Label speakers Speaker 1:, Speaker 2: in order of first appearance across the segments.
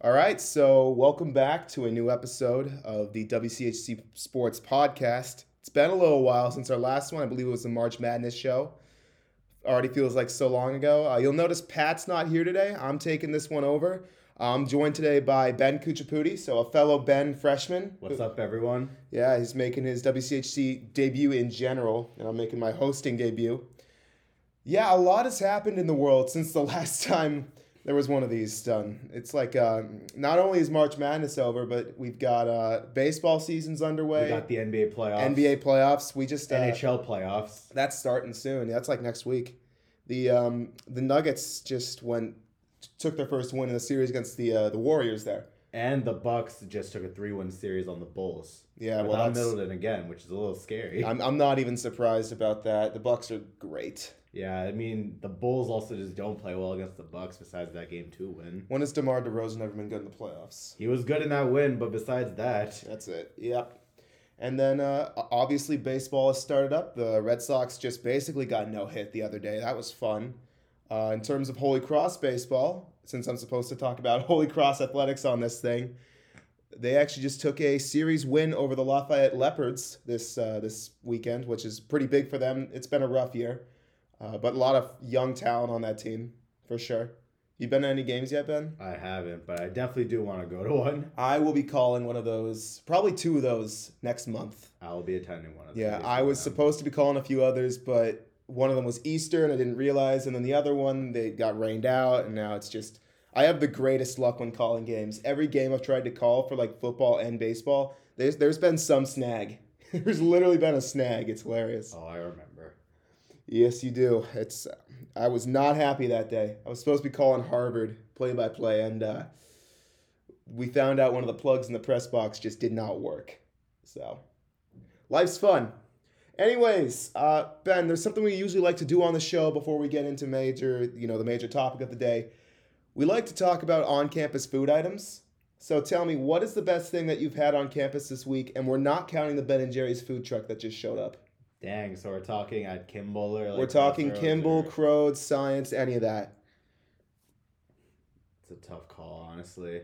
Speaker 1: All right, so welcome back to a new episode of the WCHC Sports Podcast. It's been a little while since our last one. I believe it was the March Madness show. Already feels like so long ago. Uh, you'll notice Pat's not here today. I'm taking this one over. I'm joined today by Ben Kuchaputi, so a fellow Ben freshman.
Speaker 2: What's up, everyone?
Speaker 1: Yeah, he's making his WCHC debut in general, and I'm making my hosting debut. Yeah, a lot has happened in the world since the last time there was one of these done. It's like uh, not only is March Madness over, but we've got uh, baseball seasons underway,
Speaker 2: We got the NBA playoffs,
Speaker 1: NBA playoffs. We just uh,
Speaker 2: NHL playoffs.
Speaker 1: that's starting soon. That's like next week. The um, the Nuggets just went took their first win in the series against the uh, the Warriors there.
Speaker 2: And the Bucks just took a three-one series on the Bulls.
Speaker 1: Yeah, well,
Speaker 2: without
Speaker 1: that's-
Speaker 2: Middleton again, which is a little scary.
Speaker 1: I'm, I'm not even surprised about that. The Bucks are great.
Speaker 2: yeah, I mean the Bulls also just don't play well against the Bucks. Besides that game two win,
Speaker 1: When has DeMar DeRozan ever been good in the playoffs?
Speaker 2: he was good in that win, but besides that,
Speaker 1: That's it. Yep. And then uh, o- obviously baseball has started up. The Red Sox just basically got no hit the other day. That was fun. Uh, in terms of Holy Cross baseball, since I'm supposed to talk about Holy Cross athletics on this thing, they actually just took a series win over the Lafayette Leopards this uh, this weekend, which is pretty big for them. It's been a rough year, uh, but a lot of young talent on that team for sure. You been to any games yet, Ben?
Speaker 2: I haven't. But I definitely do want to go to one.
Speaker 1: I will be calling one of those, probably two of those next month.
Speaker 2: I'll be attending one of.
Speaker 1: Yeah,
Speaker 2: these
Speaker 1: I was
Speaker 2: um,
Speaker 1: supposed to be calling a few others, but one of them was Easter and I didn't realize. And then the other one, they got rained out. And now it's just, I have the greatest luck when calling games. Every game I've tried to call for like football and baseball, there's, there's been some snag. there's literally been a snag. It's hilarious.
Speaker 2: Oh, I remember.
Speaker 1: Yes, you do. It's, I was not happy that day. I was supposed to be calling Harvard play by play. And uh, we found out one of the plugs in the press box just did not work. So life's fun. Anyways, uh, Ben, there's something we usually like to do on the show before we get into major, you know, the major topic of the day. We like to talk about on-campus food items. So tell me, what is the best thing that you've had on campus this week? And we're not counting the Ben and Jerry's food truck that just showed up.
Speaker 2: Dang, so we're talking at Kimball or like
Speaker 1: we're talking
Speaker 2: Crossroads
Speaker 1: Kimball,
Speaker 2: or-
Speaker 1: Crodes, Science, any of that.
Speaker 2: It's a tough call, honestly.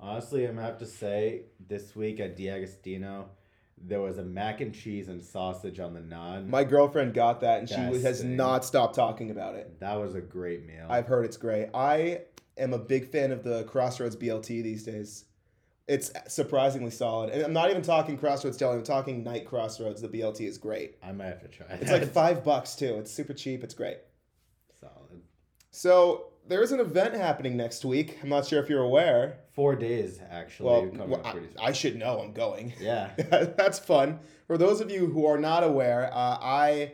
Speaker 2: Honestly, I'm gonna have to say this week at D'Agostino, there was a mac and cheese and sausage on the naan.
Speaker 1: My girlfriend got that, and she
Speaker 2: Best
Speaker 1: has
Speaker 2: thing.
Speaker 1: not stopped talking about it.
Speaker 2: that was a great meal.
Speaker 1: I've heard it's great. I am a big fan of the Crossroads BLT these days. It's surprisingly solid. And I'm not even talking Crossroads Deli, I'm talking Night Crossroads. The BLT is great.
Speaker 2: I might have to try.
Speaker 1: It's
Speaker 2: that.
Speaker 1: like five bucks too. It's super cheap. It's great.
Speaker 2: solid.
Speaker 1: So there is an event happening next week. I'm not sure if you're aware.
Speaker 2: Four days actually.
Speaker 1: Well,
Speaker 2: coming
Speaker 1: well,
Speaker 2: up
Speaker 1: I,
Speaker 2: pretty soon.
Speaker 1: I should know. I'm going.
Speaker 2: yeah.
Speaker 1: That's fun. For those of you who are not aware, uh, I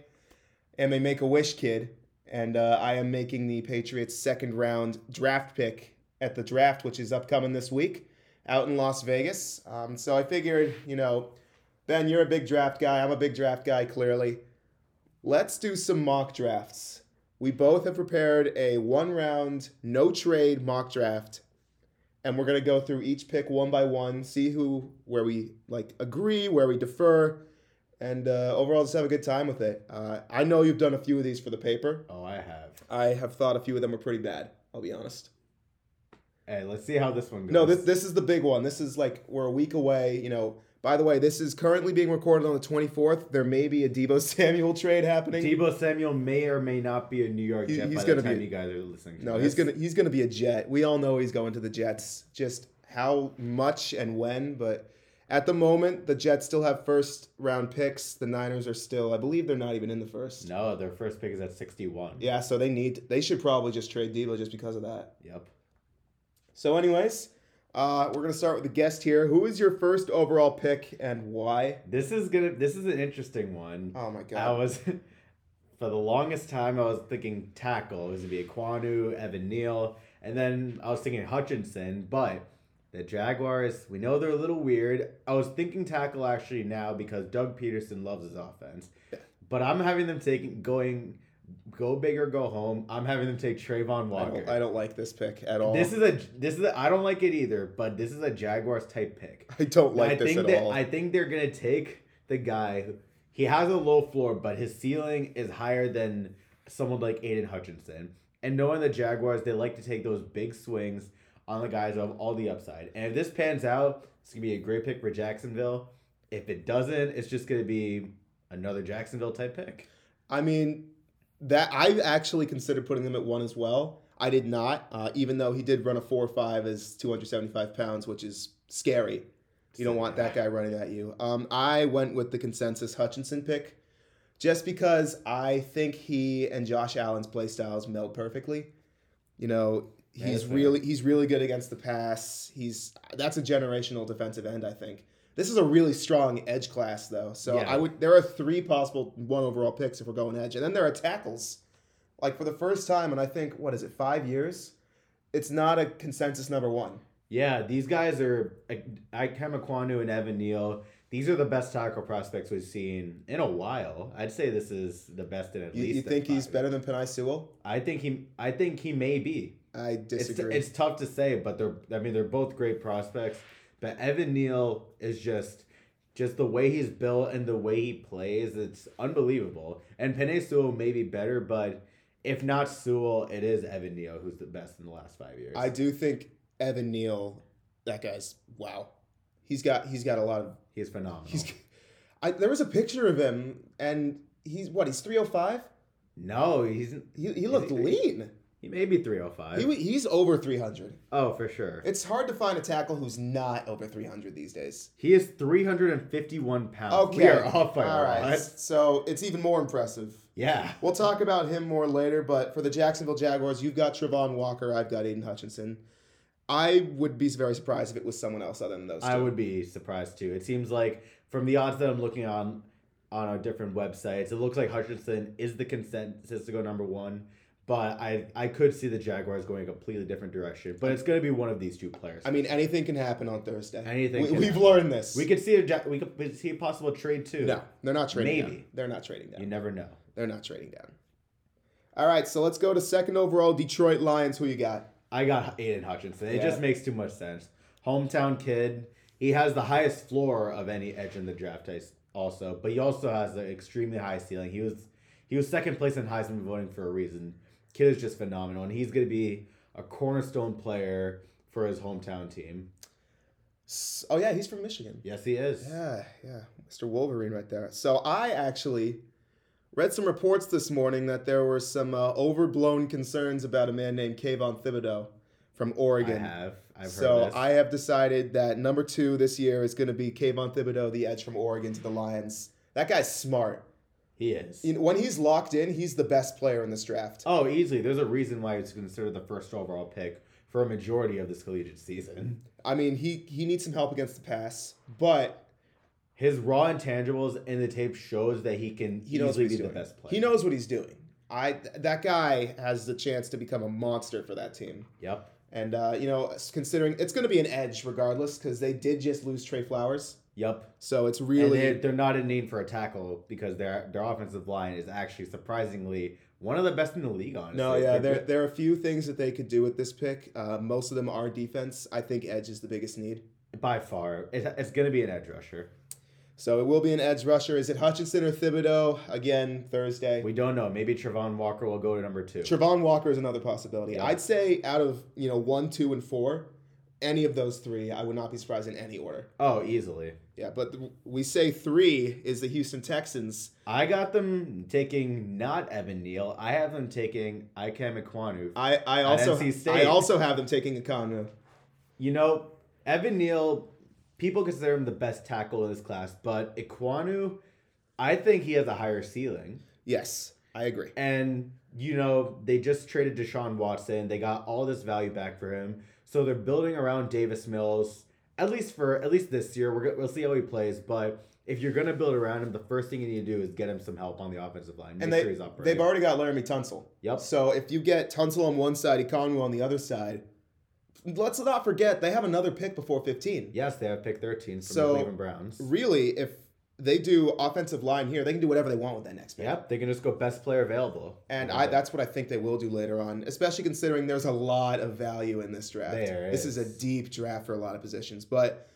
Speaker 1: am a Make a Wish kid, and uh, I am making the Patriots' second round draft pick at the draft, which is upcoming this week out in Las Vegas. Um, so I figured, you know, Ben, you're a big draft guy. I'm a big draft guy, clearly. Let's do some mock drafts. We both have prepared a one round, no trade mock draft and we're gonna go through each pick one by one, see who where we like agree, where we defer, and uh, overall just have a good time with it. Uh, I know you've done a few of these for the paper.
Speaker 2: Oh, I have.
Speaker 1: I have thought a few of them were pretty bad. I'll be honest.
Speaker 2: Hey, let's see how this one goes.
Speaker 1: No, this this is the big one. This is like we're a week away. You know. By the way, this is currently being recorded on the twenty fourth. There may be a Debo Samuel trade happening.
Speaker 2: Debo Samuel may or may not be a New York
Speaker 1: He-
Speaker 2: Jet
Speaker 1: he's
Speaker 2: by
Speaker 1: gonna
Speaker 2: the time
Speaker 1: be-
Speaker 2: you guys are listening. To
Speaker 1: No,
Speaker 2: this.
Speaker 1: he's gonna he's gonna be a Jet. We all know he's going to the Jets. Just how much and when, but at the moment, the Jets still have first round picks. The Niners are still, I believe, they're not even in the first.
Speaker 2: No, their first pick is at sixty-one.
Speaker 1: Yeah, so they need they should probably just trade Debo just because of that.
Speaker 2: Yep.
Speaker 1: So, anyways, uh, we're gonna start with the guest here. Who is your first overall pick and why?
Speaker 2: This is gonna. This is an interesting one.
Speaker 1: Oh my
Speaker 2: I
Speaker 1: god,
Speaker 2: was for the longest time I was thinking tackle. It was gonna be Aquanu, Evan Neal, and then I was thinking Hutchinson, but the Jaguars, we know they're a little weird. I was thinking tackle actually now because Doug Peterson loves his offense. But I'm having them taking going go big or go home. I'm having them take Trayvon
Speaker 1: I
Speaker 2: Walker.
Speaker 1: don't, I don't like this pick at all.
Speaker 2: this is a this is a, I don't like it either, but this is a Jaguars type pick.
Speaker 1: I don't like
Speaker 2: I
Speaker 1: this
Speaker 2: think
Speaker 1: at
Speaker 2: that
Speaker 1: all.
Speaker 2: I think they're gonna take the guy. Who, he has a low floor, but his ceiling is higher than someone like Aiden Hutchinson. And knowing the Jaguars, they like to take those big swings on the guys of all the upside. And if this pans out, it's gonna be a great pick for Jacksonville. If it doesn't, it's just gonna be another Jacksonville type pick.
Speaker 1: I mean, that I actually considered putting him at one as well. I did not, uh, even though he did run a four or five as 275 pounds, which is scary. You don't want that guy running at you. Um, I went with the consensus Hutchinson pick just because I think he and Josh Allen's play styles meld perfectly. You know,
Speaker 2: That
Speaker 1: he's
Speaker 2: is fair.
Speaker 1: really he's really good against the pass. He's that's a generational defensive end, I think. This is a really strong edge class though. So
Speaker 2: Yeah.
Speaker 1: I would there are three possible one overall picks if we're going edge. And then there are tackles. Like for the first time and I think what is it, 5 years? It's not a consensus number 1.
Speaker 2: Yeah, these guys are like Ikem Aquanu and Evan Neal. These are the best tackle prospects we've seen in a while. I'd say this is the best in at
Speaker 1: You,
Speaker 2: least.
Speaker 1: you think
Speaker 2: five
Speaker 1: he's better than Panay Sewell?
Speaker 2: I think he. I think he may be.
Speaker 1: I disagree.
Speaker 2: It's, it's tough to say, but they're. I mean, they're both great prospects. But Evan Neal is just, just the way he's built and the way he plays. It's unbelievable. And Panay Sewell may be better, but if not Sewell, it is Evan Neal who's the best in the last five years.
Speaker 1: I do think Evan Neal, that guy's wow. He's got he's got a lot of
Speaker 2: he's phenomenal.
Speaker 1: he's. I, there was a picture of him, and he's what he's three oh five.
Speaker 2: no, he's
Speaker 1: He he looked
Speaker 2: he-
Speaker 1: lean.
Speaker 2: he may be three hundred five.
Speaker 1: He, wa- he's over three hundred.
Speaker 2: Oh, for sure.
Speaker 1: It's hard to find a tackle who's not over three hundred these days.
Speaker 2: He is 351 pounds.
Speaker 1: Okay,
Speaker 2: Oh, We are off by
Speaker 1: all right.
Speaker 2: right.
Speaker 1: So it's even more impressive.
Speaker 2: Yeah.
Speaker 1: We'll talk about him more later, but for the Jacksonville Jaguars, you've got Trevon Walker, I've got Aiden Hutchinson. I would be very surprised if it was someone else other than those two.
Speaker 2: I would be surprised too. It seems like from the odds that I'm looking on on a different websites, it looks like Hutchinson is the consensus to go number one. But I I could see the Jaguars going a completely different direction. But it's gonna be one of these two players.
Speaker 1: I mean, anything can happen on Thursday.
Speaker 2: Anything
Speaker 1: We,
Speaker 2: can
Speaker 1: we've
Speaker 2: happen.
Speaker 1: learned this.
Speaker 2: we could see a Ja- we could we could see a possible trade too.
Speaker 1: No, they're not trading
Speaker 2: Maybe.
Speaker 1: down. They're not trading down.
Speaker 2: You never know.
Speaker 1: They're not trading down. All right, so let's go to second overall Detroit Lions. Who you got?
Speaker 2: I got Aiden Hutchinson. It
Speaker 1: Yeah.
Speaker 2: just makes too much sense. Hometown kid. He has the highest floor of any edge in the draft I s- also, but he also has an extremely high ceiling. He was he was second place in Heisman voting for a reason. Kid is just phenomenal, and he's gonna be a cornerstone player for his hometown team.
Speaker 1: S- Oh yeah, he's from Michigan.
Speaker 2: Yes, he is.
Speaker 1: Yeah, yeah, Mr. Wolverine right there. So I actually read some reports this morning that there were some uh, overblown concerns about a man named Kayvon Thibodeau from
Speaker 2: I
Speaker 1: Oregon.
Speaker 2: have. I've heard
Speaker 1: so
Speaker 2: this.
Speaker 1: I have decided that number two this year is going to be Kayvon Thibodeau, the edge from Oregon to the Lions. That guy's smart.
Speaker 2: he is.
Speaker 1: You know, when he's locked in, he's the best player in this draft.
Speaker 2: oh, easily. There's a reason why it's considered the first overall pick for a majority of this collegiate season.
Speaker 1: I mean, he he needs some help against the pass, but
Speaker 2: His raw intangibles in the tape shows that he can
Speaker 1: he knows
Speaker 2: easily
Speaker 1: what he's
Speaker 2: be the
Speaker 1: doing.
Speaker 2: best player.
Speaker 1: He knows what he's doing. I th- that guy has the chance to become a monster for that team.
Speaker 2: Yep.
Speaker 1: And uh, you know, considering it's going to be an edge regardless because they did just lose Trey Flowers,
Speaker 2: Yep.
Speaker 1: so it's
Speaker 2: And
Speaker 1: really
Speaker 2: they're, they're not in need for a tackle because their their offensive line is actually surprisingly one of the best in the league. Honestly,
Speaker 1: No, yeah,
Speaker 2: They're
Speaker 1: there,
Speaker 2: good.
Speaker 1: there are a few things that they could do with this pick. Uh, most of them are defense. I think edge is the biggest need.
Speaker 2: by far it, it's going to be an edge rusher.
Speaker 1: So it will be an edge rusher. Is it Hutchinson or Thibodeau? Again, Thursday.
Speaker 2: We don't know. Maybe Trevon Walker will go to number two.
Speaker 1: Trevon Walker is another possibility.
Speaker 2: Yeah.
Speaker 1: I'd say out of you know one, two, and four, any of those three, I would not be surprised in any order.
Speaker 2: oh, easily.
Speaker 1: Yeah, but th- we say three is the Houston Texans.
Speaker 2: I got them taking not Evan Neal. I have them taking Ikem Iquanu.
Speaker 1: I I also
Speaker 2: NC State.
Speaker 1: I also have them taking Akanu.
Speaker 2: You know, Evan Neal, people consider him the best tackle in this class, but Iquanu, I think he has a higher ceiling.
Speaker 1: Yes, I agree.
Speaker 2: And you know, they just traded Deshaun Watson. They got all this value back for him. So they're building around Davis Mills at least for at least this year. We're go- we'll see how he plays, but if you're gonna build around him, the first thing you need to do is get him some help on the offensive line. Make
Speaker 1: And
Speaker 2: sure
Speaker 1: they
Speaker 2: he's upright.
Speaker 1: they've already got Laramie Tunsil.
Speaker 2: yep.
Speaker 1: So if you get Tunsil on one side, Ikonwu on the other side, let's not forget they have another pick before 15.
Speaker 2: Yes, they have pick 13 from
Speaker 1: So-
Speaker 2: the Cleveland Browns.
Speaker 1: Really, if they do offensive line here, they can do whatever they want with that next pick.
Speaker 2: Yep, they can just go best player available.
Speaker 1: And
Speaker 2: Yeah.
Speaker 1: I, that's what I think they will do later on, especially considering there's a lot of value in this draft.
Speaker 2: There
Speaker 1: this is.
Speaker 2: is.
Speaker 1: a deep draft for a lot of positions. But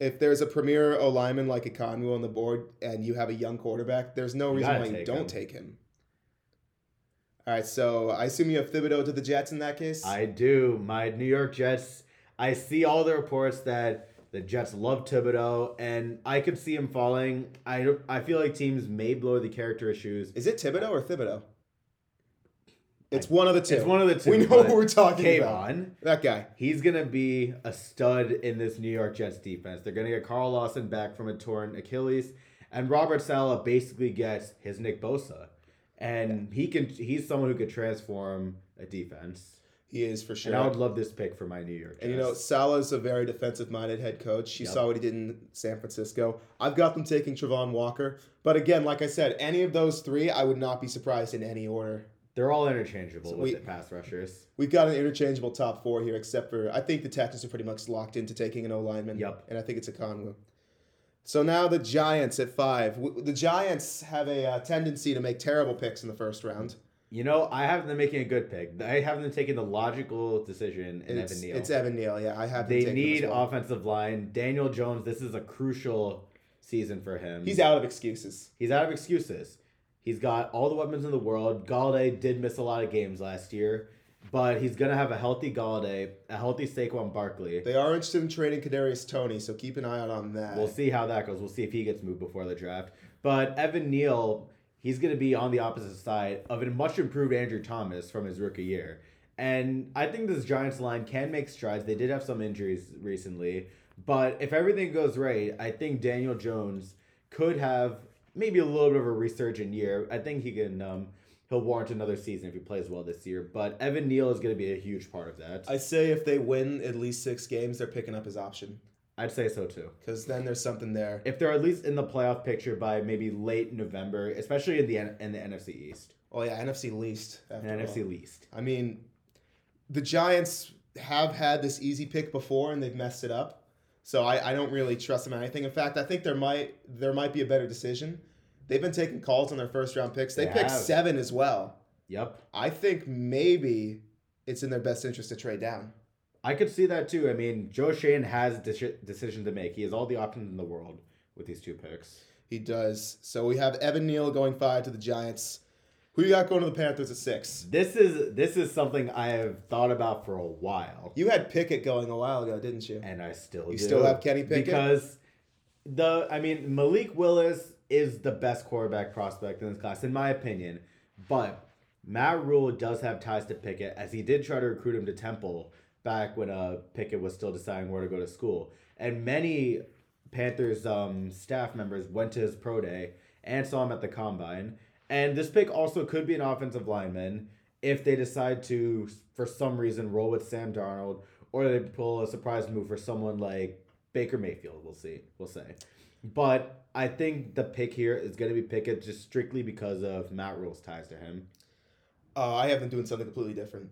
Speaker 1: if there's a premier O lineman like Ikonwu on the board and you have a young quarterback, there's no
Speaker 2: You
Speaker 1: reason
Speaker 2: gotta
Speaker 1: why you
Speaker 2: take
Speaker 1: don't
Speaker 2: him.
Speaker 1: take him. All right, so I assume you have Thibodeau to the Jets in that case?
Speaker 2: I do. My New York Jets I see all the reports that the Jets love Thibodeau, and I could see him falling. I I feel like teams may blow the character issues.
Speaker 1: Is it Thibodeau or Thibodeau? It's one of the two.
Speaker 2: It's one of the two.
Speaker 1: We know
Speaker 2: but
Speaker 1: who we're talking about.
Speaker 2: Kayvon,
Speaker 1: That guy.
Speaker 2: he's gonna be a stud in this New York Jets defense. They're gonna get Carl Lawson back from a torn Achilles, and Robert Sala basically gets his Nick Bosa, and he can. He's someone who could transform a defense.
Speaker 1: He is for sure.
Speaker 2: And I would love this pick for my New York. Jets.
Speaker 1: And you know, Salah's a very defensive minded head coach. You
Speaker 2: Yep.
Speaker 1: saw what he did in San Francisco. I've got them taking Travon Walker. But again, like I said, any of those three, I would not be surprised in any order.
Speaker 2: they're all interchangeable
Speaker 1: So
Speaker 2: with
Speaker 1: we-
Speaker 2: the pass rushers.
Speaker 1: We've got an interchangeable top four here, except for I think the Texans are pretty much locked into taking an O lineman.
Speaker 2: Yep.
Speaker 1: And I think it's a Conwu. So now the Giants at five. W- The Giants have a uh, tendency to make terrible picks in the first round.
Speaker 2: You know, I have them making a good pick. I have them taking the logical decision in
Speaker 1: It's
Speaker 2: Evan Neal.
Speaker 1: it's Evan Neal. Yeah, I have. them
Speaker 2: they
Speaker 1: taking him as
Speaker 2: need
Speaker 1: well.
Speaker 2: offensive line. Daniel Jones. This is a crucial season for him.
Speaker 1: He's out of excuses.
Speaker 2: He's out of excuses. He's got all the weapons in the world. Galladay did miss a lot of games last year, but he's gonna have a healthy Galladay, a healthy Saquon Barkley.
Speaker 1: They are interested in trading Kadarius Tony, so keep an eye out on that.
Speaker 2: We'll see how that goes. We'll see if he gets moved before the draft. But Evan Neal, he's gonna be on the opposite side of a much improved Andrew Thomas from his rookie year. And I think this Giants line can make strides. They did have some injuries recently, but if everything goes right, I think Daniel Jones could have maybe a little bit of a resurgent year. I think he can um he'll warrant another season if he plays well this year. But Evan Neal is gonna be a huge part of that.
Speaker 1: I say if they win at least six games, they're picking up his option
Speaker 2: I'd say so too.
Speaker 1: because then there's something there.
Speaker 2: if they're at least in the playoff picture by maybe late November, especially in the N- in the NFC East
Speaker 1: Oh yeah, NFC least. After
Speaker 2: and NFC least.
Speaker 1: all. I mean, the Giants have had this easy pick before and they've messed it up, so I, I don't really trust them in anything. In fact, I think there might there might be a better decision. They've been taking calls on their first round picks. They,
Speaker 2: They
Speaker 1: picked
Speaker 2: have.
Speaker 1: seven as well.
Speaker 2: Yep,
Speaker 1: I think maybe it's in their best interest to trade down.
Speaker 2: I could see that too. I mean, Joe Shane has deci- decision to make. He has all the options in the world with these two picks.
Speaker 1: He does. So we have Evan Neal going five to the Giants. Who you got going to the Panthers at six?
Speaker 2: This is this is something I have thought about for a while,
Speaker 1: You had Pickett going a while ago, didn't you?
Speaker 2: and I still
Speaker 1: You
Speaker 2: do.
Speaker 1: still have Kenny Pickett?
Speaker 2: because the I mean Malik Willis is the best quarterback prospect in this class, in my opinion. But Matt Rule does have ties to Pickett, as he did try to recruit him to Temple back when uh Pickett was still deciding where to go to school, and many Panthers um staff members went to his pro day and saw him at the combine. And this pick also could be an offensive lineman if they decide to, for some reason, roll with Sam Darnold, or they pull a surprise move for someone like Baker Mayfield. We'll see. We'll say. But I think the pick here is going to be Pickett just strictly because of Matt Rule's ties to him.
Speaker 1: Uh, I have them doing something completely different.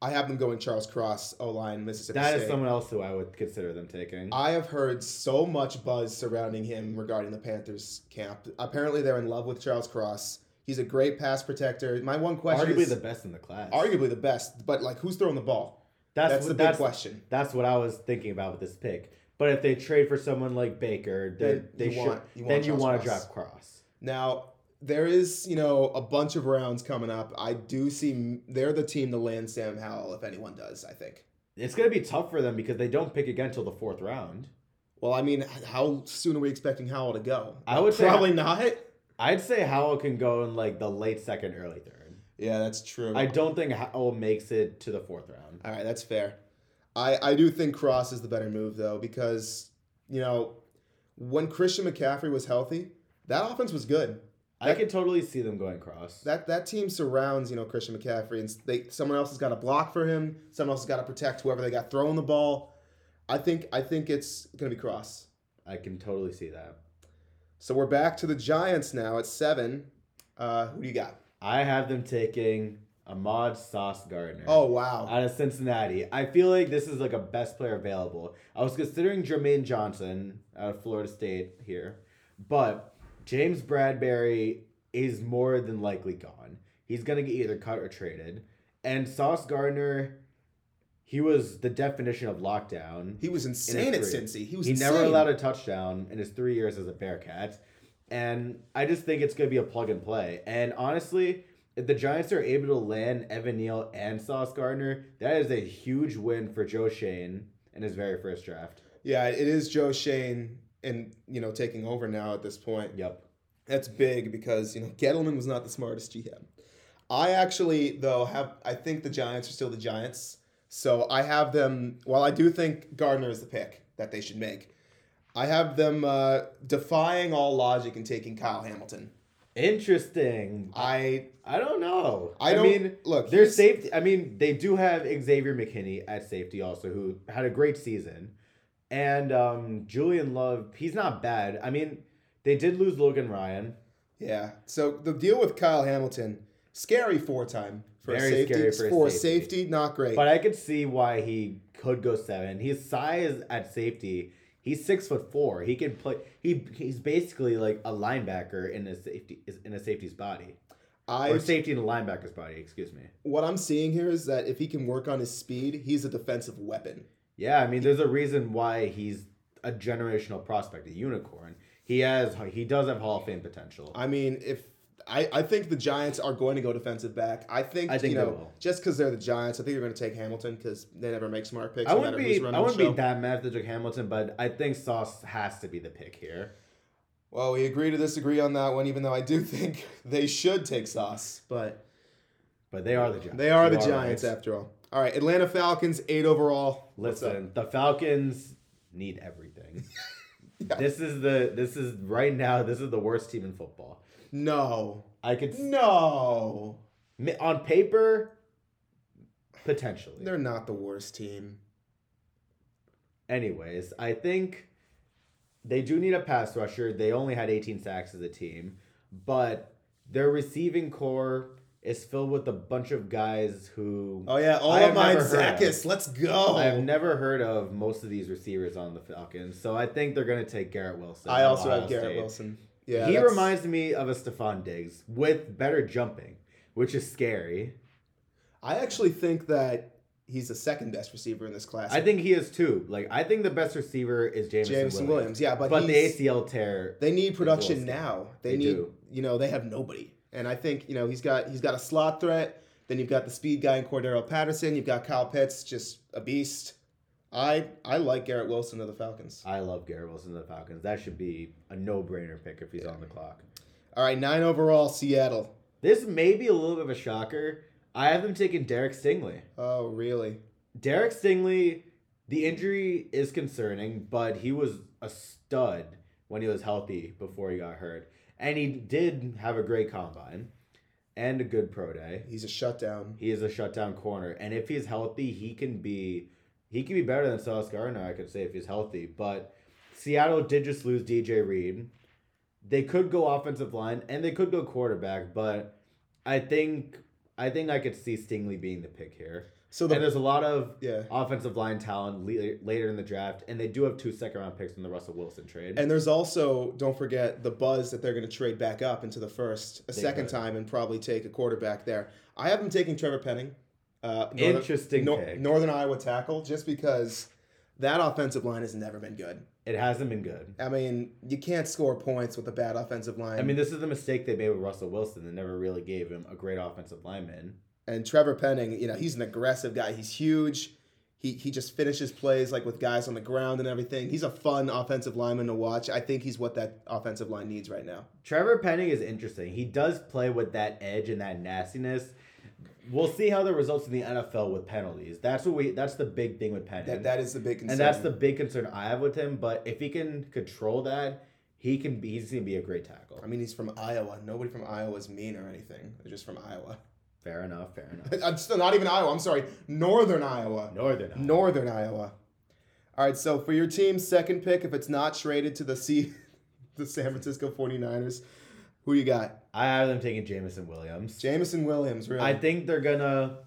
Speaker 1: I have them going Charles Cross, O line, Mississippi
Speaker 2: That
Speaker 1: State.
Speaker 2: is someone else who I would consider them taking.
Speaker 1: I have heard so much buzz surrounding him regarding the Panthers camp. Apparently, they're in love with Charles Cross. He's a great pass protector. My one question
Speaker 2: Arguably
Speaker 1: is
Speaker 2: the best in the class.
Speaker 1: arguably the best, but like who's throwing the ball?
Speaker 2: that's,
Speaker 1: That's,
Speaker 2: what-
Speaker 1: the big
Speaker 2: that's,
Speaker 1: question.
Speaker 2: That's what I was thinking about with this pick. But if they trade for someone like Baker, then
Speaker 1: Then
Speaker 2: they
Speaker 1: you
Speaker 2: should.
Speaker 1: want- you want
Speaker 2: then you
Speaker 1: Charles
Speaker 2: want to
Speaker 1: Cross.
Speaker 2: drop Cross.
Speaker 1: Now there is you know a bunch of rounds coming up. I do see they're the team to land Sam Howell if anyone does. I think.
Speaker 2: It's going to be tough for them because they don't pick again till the fourth round.
Speaker 1: Well, I mean, how soon are we expecting Howell to go?
Speaker 2: I would say-
Speaker 1: probably not.
Speaker 2: I'd say Howell can go in like the late second, early third.
Speaker 1: Yeah, that's true.
Speaker 2: I don't think Howell makes it to the fourth round.
Speaker 1: All right, that's fair. I, I do think Cross is the better move though because you know when Christian McCaffrey was healthy, that offense was good.
Speaker 2: I could totally see them going cross.
Speaker 1: That that team surrounds you know Christian McCaffrey and they someone else has got to block for him. Someone else has got to protect whoever they got throwing the ball. I think I think it's gonna be Cross.
Speaker 2: I can totally see that.
Speaker 1: So we're back to the Giants now at seven. Uh, who do you got?
Speaker 2: I have them taking Ahmad Sauce Gardner.
Speaker 1: Oh wow,
Speaker 2: Out of Cincinnati. I feel like this is like a best player available. I was considering Jermaine Johnson out of Florida State here, but James Bradbury is more than likely gone. He's going to get either cut or traded. And Sauce Gardner, he was the definition of lockdown.
Speaker 1: he was insane at
Speaker 2: three.
Speaker 1: Cincy. He was
Speaker 2: He
Speaker 1: insane.
Speaker 2: never allowed a touchdown in his three years as a Bearcat. And I just think it's going to be a plug and play. And honestly, if the Giants are able to land Evan Neal and Sauce Gardner, that is a huge win for Joe Shane in his very first draft.
Speaker 1: Yeah, it is Joe Shane and you know taking over now at this point.
Speaker 2: Yep.
Speaker 1: That's big because you know Gettleman was not the smartest GM. I actually though have I think the Giants are still the Giants, so I have them. While I do think Gardner is the pick that they should make, I have them uh, defying all logic and taking Kyle Hamilton.
Speaker 2: Interesting.
Speaker 1: I
Speaker 2: I don't know.
Speaker 1: I don't
Speaker 2: mean,
Speaker 1: look.
Speaker 2: their
Speaker 1: here's-
Speaker 2: safety. I mean, they do have Xavier McKinney at safety also, who had a great season, and um, Julian Love. He's not bad. I mean, they did lose Logan Ryan.
Speaker 1: Yeah. So the deal with Kyle Hamilton, scary four time for a
Speaker 2: Very
Speaker 1: safety.
Speaker 2: scary for a
Speaker 1: for a
Speaker 2: safety.
Speaker 1: safety, not great.
Speaker 2: But I could see why he could go seven. His size at safety, he's six foot four. He could play. He he's basically like a linebacker in a safety in a safety's body,
Speaker 1: I
Speaker 2: or safety in a linebacker's body. Excuse me.
Speaker 1: what I'm seeing here is that if he can work on his speed, he's a defensive weapon.
Speaker 2: Yeah, I mean, there's a reason why he's a generational prospect, a unicorn. He has he does have Hall of Fame potential.
Speaker 1: I mean, if I, I think the Giants are going to go defensive back. I think,
Speaker 2: I think
Speaker 1: you
Speaker 2: they
Speaker 1: know
Speaker 2: will.
Speaker 1: just because they're the Giants, I think they're going to take Hamilton because they never make smart picks.
Speaker 2: I
Speaker 1: no
Speaker 2: wouldn't
Speaker 1: matter who's
Speaker 2: be
Speaker 1: running
Speaker 2: I
Speaker 1: the
Speaker 2: wouldn't be
Speaker 1: show.
Speaker 2: that mad if they took Hamilton, but I think Sauce has to be the pick here.
Speaker 1: Well, we agree to disagree on that one, even though I do think they should take Sauce, but
Speaker 2: But they are the Giants.
Speaker 1: they are
Speaker 2: You
Speaker 1: the Giants
Speaker 2: right.
Speaker 1: after all. All right, Atlanta Falcons eight overall. What's up?
Speaker 2: Listen, the Falcons need everything. This is the this is right now. This is the worst team in football.
Speaker 1: no,
Speaker 2: I could s-
Speaker 1: no.
Speaker 2: mi- on paper potentially.
Speaker 1: They're not the worst team.
Speaker 2: Anyways, I think they do need a pass rusher. They only had 18 sacks as a team, but their receiving core is filled with a bunch of guys who
Speaker 1: Oh yeah, all
Speaker 2: I
Speaker 1: of
Speaker 2: have
Speaker 1: mine
Speaker 2: never heard of.
Speaker 1: Zakis. Let's go.
Speaker 2: I have never heard of most of these receivers on the Falcons. So I think they're going to take Garrett Wilson.
Speaker 1: I
Speaker 2: of
Speaker 1: also
Speaker 2: Ohio
Speaker 1: have Garrett
Speaker 2: State.
Speaker 1: Wilson. Yeah,
Speaker 2: he
Speaker 1: that's-
Speaker 2: reminds me of a Stephon Diggs with better jumping, which is scary.
Speaker 1: I actually think that he's the second best receiver in this class.
Speaker 2: I think he is too. Like I think the best receiver is Jameson,
Speaker 1: Jameson
Speaker 2: Williams.
Speaker 1: Williams. Yeah, but,
Speaker 2: But the
Speaker 1: he's-
Speaker 2: ACL tear
Speaker 1: they need production
Speaker 2: Wilson.
Speaker 1: now. They,
Speaker 2: They
Speaker 1: need
Speaker 2: do.
Speaker 1: you know they have nobody, and I think you know he's got he's got a slot threat. Then you've got the speed guy in Cordero Patterson. You've got Kyle Pitts, just a beast. I I like Garrett Wilson of the Falcons.
Speaker 2: I love Garrett Wilson to the Falcons. That should be a no-brainer pick if he's on the clock.
Speaker 1: All right, nine overall, Seattle.
Speaker 2: This may be a little bit of a shocker. I have them taking Derek Stingley.
Speaker 1: Oh really?
Speaker 2: Derek Stingley, the injury is concerning, but he was a stud when he was healthy before he got hurt. And he did have a great combine and a good pro day.
Speaker 1: He's a shutdown.
Speaker 2: He is a shutdown corner, and if he's healthy, he can be he can be better than Sauce Gardner. I could say if he's healthy, but Seattle did just lose DJ Reed. They could go offensive line and they could go quarterback, but I think I think I could see Stingley being the pick here.
Speaker 1: So the
Speaker 2: and there's a lot of
Speaker 1: yeah,
Speaker 2: offensive line talent le- later in the draft, and they do have two second round picks in the Russell Wilson trade.
Speaker 1: and there's also don't forget the buzz that they're going to trade back up into the first a
Speaker 2: They
Speaker 1: second
Speaker 2: could.
Speaker 1: time and probably take a quarterback there. I have them taking Trevor Penning. Uh, Northern-
Speaker 2: Interesting
Speaker 1: Nor-
Speaker 2: pick.
Speaker 1: Northern Iowa tackle, just because that offensive line has never been good.
Speaker 2: it hasn't been good.
Speaker 1: I mean, you can't score points with a bad offensive line.
Speaker 2: I mean, this is the mistake they made with Russell Wilson. They never really gave him a great offensive lineman.
Speaker 1: and Trevor Penning, you know, he's an aggressive guy. He's huge. He he just finishes plays like with guys on the ground and everything. He's a fun offensive lineman to watch. I think he's what that offensive line needs right now.
Speaker 2: Trevor Penning is interesting. He does play with that edge and that nastiness. We'll see how the results in the NFL with penalties. That's what we. That's the big thing with Penning,
Speaker 1: That that is the big concern.
Speaker 2: and that's the big concern I have with him. But if he can control that, he can be. He's gonna be a great tackle.
Speaker 1: I mean, he's from Iowa. Nobody from Iowa is mean or anything. They're just from Iowa.
Speaker 2: Fair enough. Fair enough.
Speaker 1: I'm still not even Iowa. I'm sorry, Northern Iowa.
Speaker 2: Northern. Iowa.
Speaker 1: Northern Iowa. All right, so for your team's second pick, if it's not traded to the C, the San Francisco 49ers, who you got?
Speaker 2: I have them taking Jamison Williams.
Speaker 1: Jamison Williams, really?
Speaker 2: I think they're gonna.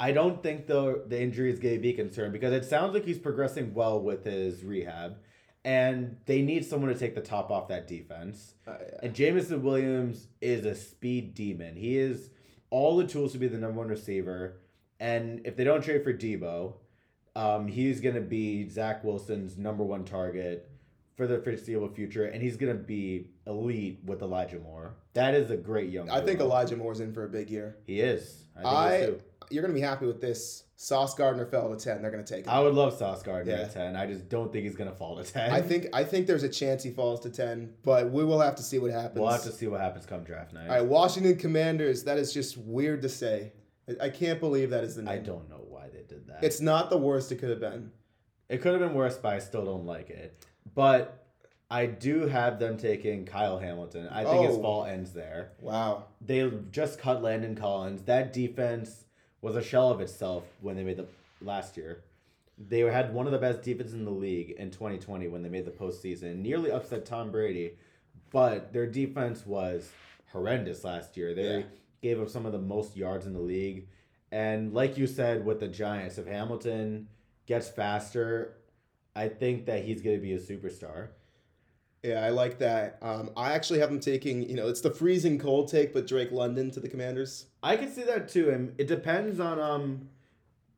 Speaker 2: I don't think the the injury is going to be a concern because it sounds like he's progressing well with his rehab, and they need someone to take the top off that defense.
Speaker 1: Uh, yeah.
Speaker 2: And Jamison Williams is a speed demon. He is all the tools to be the number one receiver. And if they don't trade for Debo, um, he's going to be Zach Wilson's number one target for the foreseeable future. And he's going to be elite with Elijah Moore. That is a great young
Speaker 1: I think
Speaker 2: duo.
Speaker 1: Elijah Moore's in for a big year.
Speaker 2: He is. I think he is
Speaker 1: I
Speaker 2: too.
Speaker 1: you're gonna be happy with this. Sauce Gardner fell to ten. They're gonna take him.
Speaker 2: I would love Sauce Gardner
Speaker 1: Yeah.
Speaker 2: at ten. I just don't think he's gonna fall to ten.
Speaker 1: I think I think there's a chance he falls to ten, but we will have to see what happens.
Speaker 2: we'll have to see what happens come draft night.
Speaker 1: All right, Washington Commanders. That is just weird to say. I, I can't believe that is the name.
Speaker 2: I don't know why they did that.
Speaker 1: It's not the worst it could have been.
Speaker 2: It could have been worse, but I still don't like it. But I do have them taking Kyle Hamilton. I think his
Speaker 1: Oh.
Speaker 2: fall ends there.
Speaker 1: Wow.
Speaker 2: They just cut Landon Collins. That defense was a shell of itself when they made the last year. They had one of the best defenses in the league in 2020 when they made the postseason. Nearly upset Tom Brady, but their defense was horrendous last year. They
Speaker 1: Yeah.
Speaker 2: gave up some of the most yards in the league. And like you said with the Giants, if Hamilton gets faster, I think that he's going to be a superstar.
Speaker 1: Yeah, I like that. Um, I actually have him taking. You know, it's the freezing cold take, but Drake London to the Commanders.
Speaker 2: I could see that too, and it depends on um.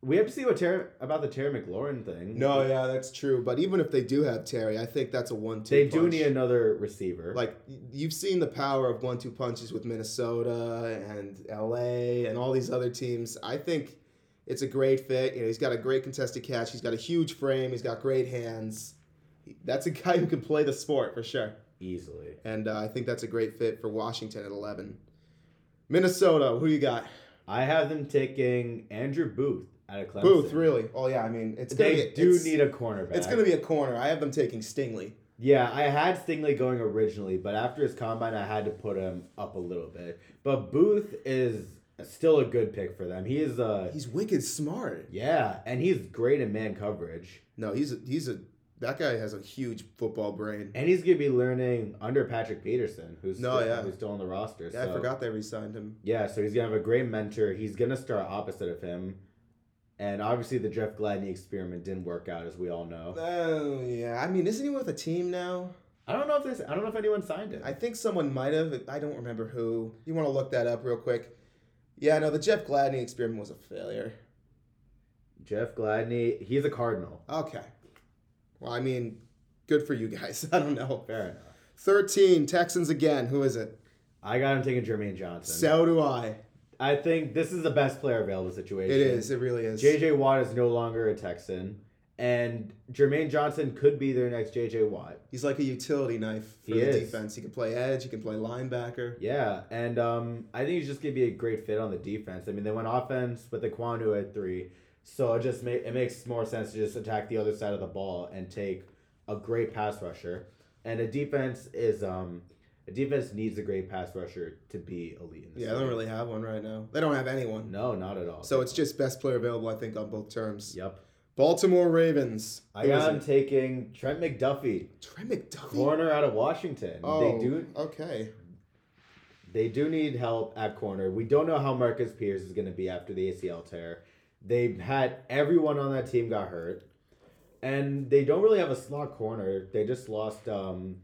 Speaker 2: We have to see what Terry about the Terry McLaurin thing.
Speaker 1: No, yeah, that's true. But even if they do have Terry, I think that's a one-two.
Speaker 2: they do
Speaker 1: punch.
Speaker 2: need another receiver.
Speaker 1: Like y- you've seen the power of one-two punches with Minnesota and LA and all these other teams. I think it's a great fit. You know, he's got a great contested catch. He's got a huge frame. He's got great hands. That's a guy who can play the sport for sure.
Speaker 2: easily,
Speaker 1: And uh, I think that's a great fit for Washington at eleven. Minnesota, who you got?
Speaker 2: I have them taking Andrew Booth out of Clemson.
Speaker 1: Booth, really? Oh yeah, I mean it's gonna
Speaker 2: They
Speaker 1: be,
Speaker 2: do
Speaker 1: it's-
Speaker 2: need a cornerback.
Speaker 1: It's going to be a corner. I have them taking Stingley.
Speaker 2: Yeah, I had Stingley going originally, but after his combine, I had to put him up a little bit. But Booth is still a good pick for them. He is a
Speaker 1: He's wicked smart.
Speaker 2: yeah, and he's great in man coverage.
Speaker 1: No, he's a, he's a that guy has a huge football brain.
Speaker 2: And he's gonna be learning under Patrick Peterson, who's
Speaker 1: No,
Speaker 2: still,
Speaker 1: yeah.
Speaker 2: who's still on the roster.
Speaker 1: Yeah,
Speaker 2: so.
Speaker 1: I forgot they re-signed him.
Speaker 2: Yeah, so he's gonna have a great mentor. He's gonna start opposite of him, and obviously the Jeff Gladney experiment didn't work out, as we all know.
Speaker 1: Oh yeah, I mean, isn't he with a team now?
Speaker 2: I don't know if this. I don't know if anyone signed it.
Speaker 1: I think someone might have. I don't remember who. You want to look that up real quick? Yeah, no, the Jeff Gladney experiment was a failure.
Speaker 2: Jeff Gladney, he's a Cardinal.
Speaker 1: Okay. Well, I mean, good for you guys. I don't know.
Speaker 2: Fair enough.
Speaker 1: Thirteen Texans again. Who is it?
Speaker 2: I got him taking Jermaine Johnson.
Speaker 1: So do I.
Speaker 2: I think this is the best player available situation.
Speaker 1: It is. It really is.
Speaker 2: JJ Watt is no longer a Texan, and Jermaine Johnson could be their next JJ Watt.
Speaker 1: He's like a utility knife for
Speaker 2: He
Speaker 1: the
Speaker 2: is.
Speaker 1: defense. He can play edge. He can play linebacker.
Speaker 2: Yeah, and um, I think he's just gonna be a great fit on the defense. I mean, they went offense with the Kwanu at three, so it just ma- it makes more sense to just attack the other side of the ball and take a great pass rusher. And a defense is um, a defense needs a great pass rusher to be elite. In this
Speaker 1: Yeah, they don't
Speaker 2: league.
Speaker 1: really have one right now. They don't have anyone.
Speaker 2: No, not at all.
Speaker 1: So it's just best player available, I think, on both terms.
Speaker 2: yep.
Speaker 1: Baltimore Ravens.
Speaker 2: I
Speaker 1: Who is
Speaker 2: got him
Speaker 1: it?
Speaker 2: taking Trent McDuffie,
Speaker 1: Trent McDuffie.
Speaker 2: corner out of Washington.
Speaker 1: oh,
Speaker 2: They do
Speaker 1: okay.
Speaker 2: They do need help at corner. We don't know how Marcus Pierce is going to be after the ACL tear. They had everyone on that team got hurt, and they don't really have a slot corner. They just lost um,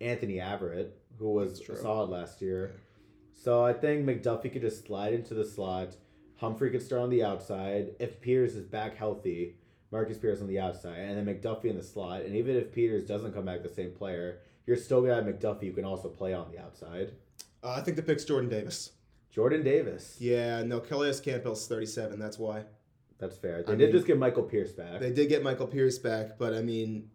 Speaker 2: Anthony Averett, who was
Speaker 1: That's true.
Speaker 2: solid last year. So I think McDuffie could just slide into the slot. Humphrey could start on the outside if Pierce is back healthy. Marcus Pierce on the outside, and then McDuffie in the slot. And even if Peters doesn't come back the same player, you're still gonna have McDuffie who can also play on the outside.
Speaker 1: Uh, I think the pick's Jordan Davis.
Speaker 2: Jordan Davis.
Speaker 1: Yeah, no, Calais Campbell's 37. That's why.
Speaker 2: That's fair. They
Speaker 1: I
Speaker 2: did
Speaker 1: mean-
Speaker 2: just get Michael Pierce back.
Speaker 1: They did get Michael Pierce back, but I mean,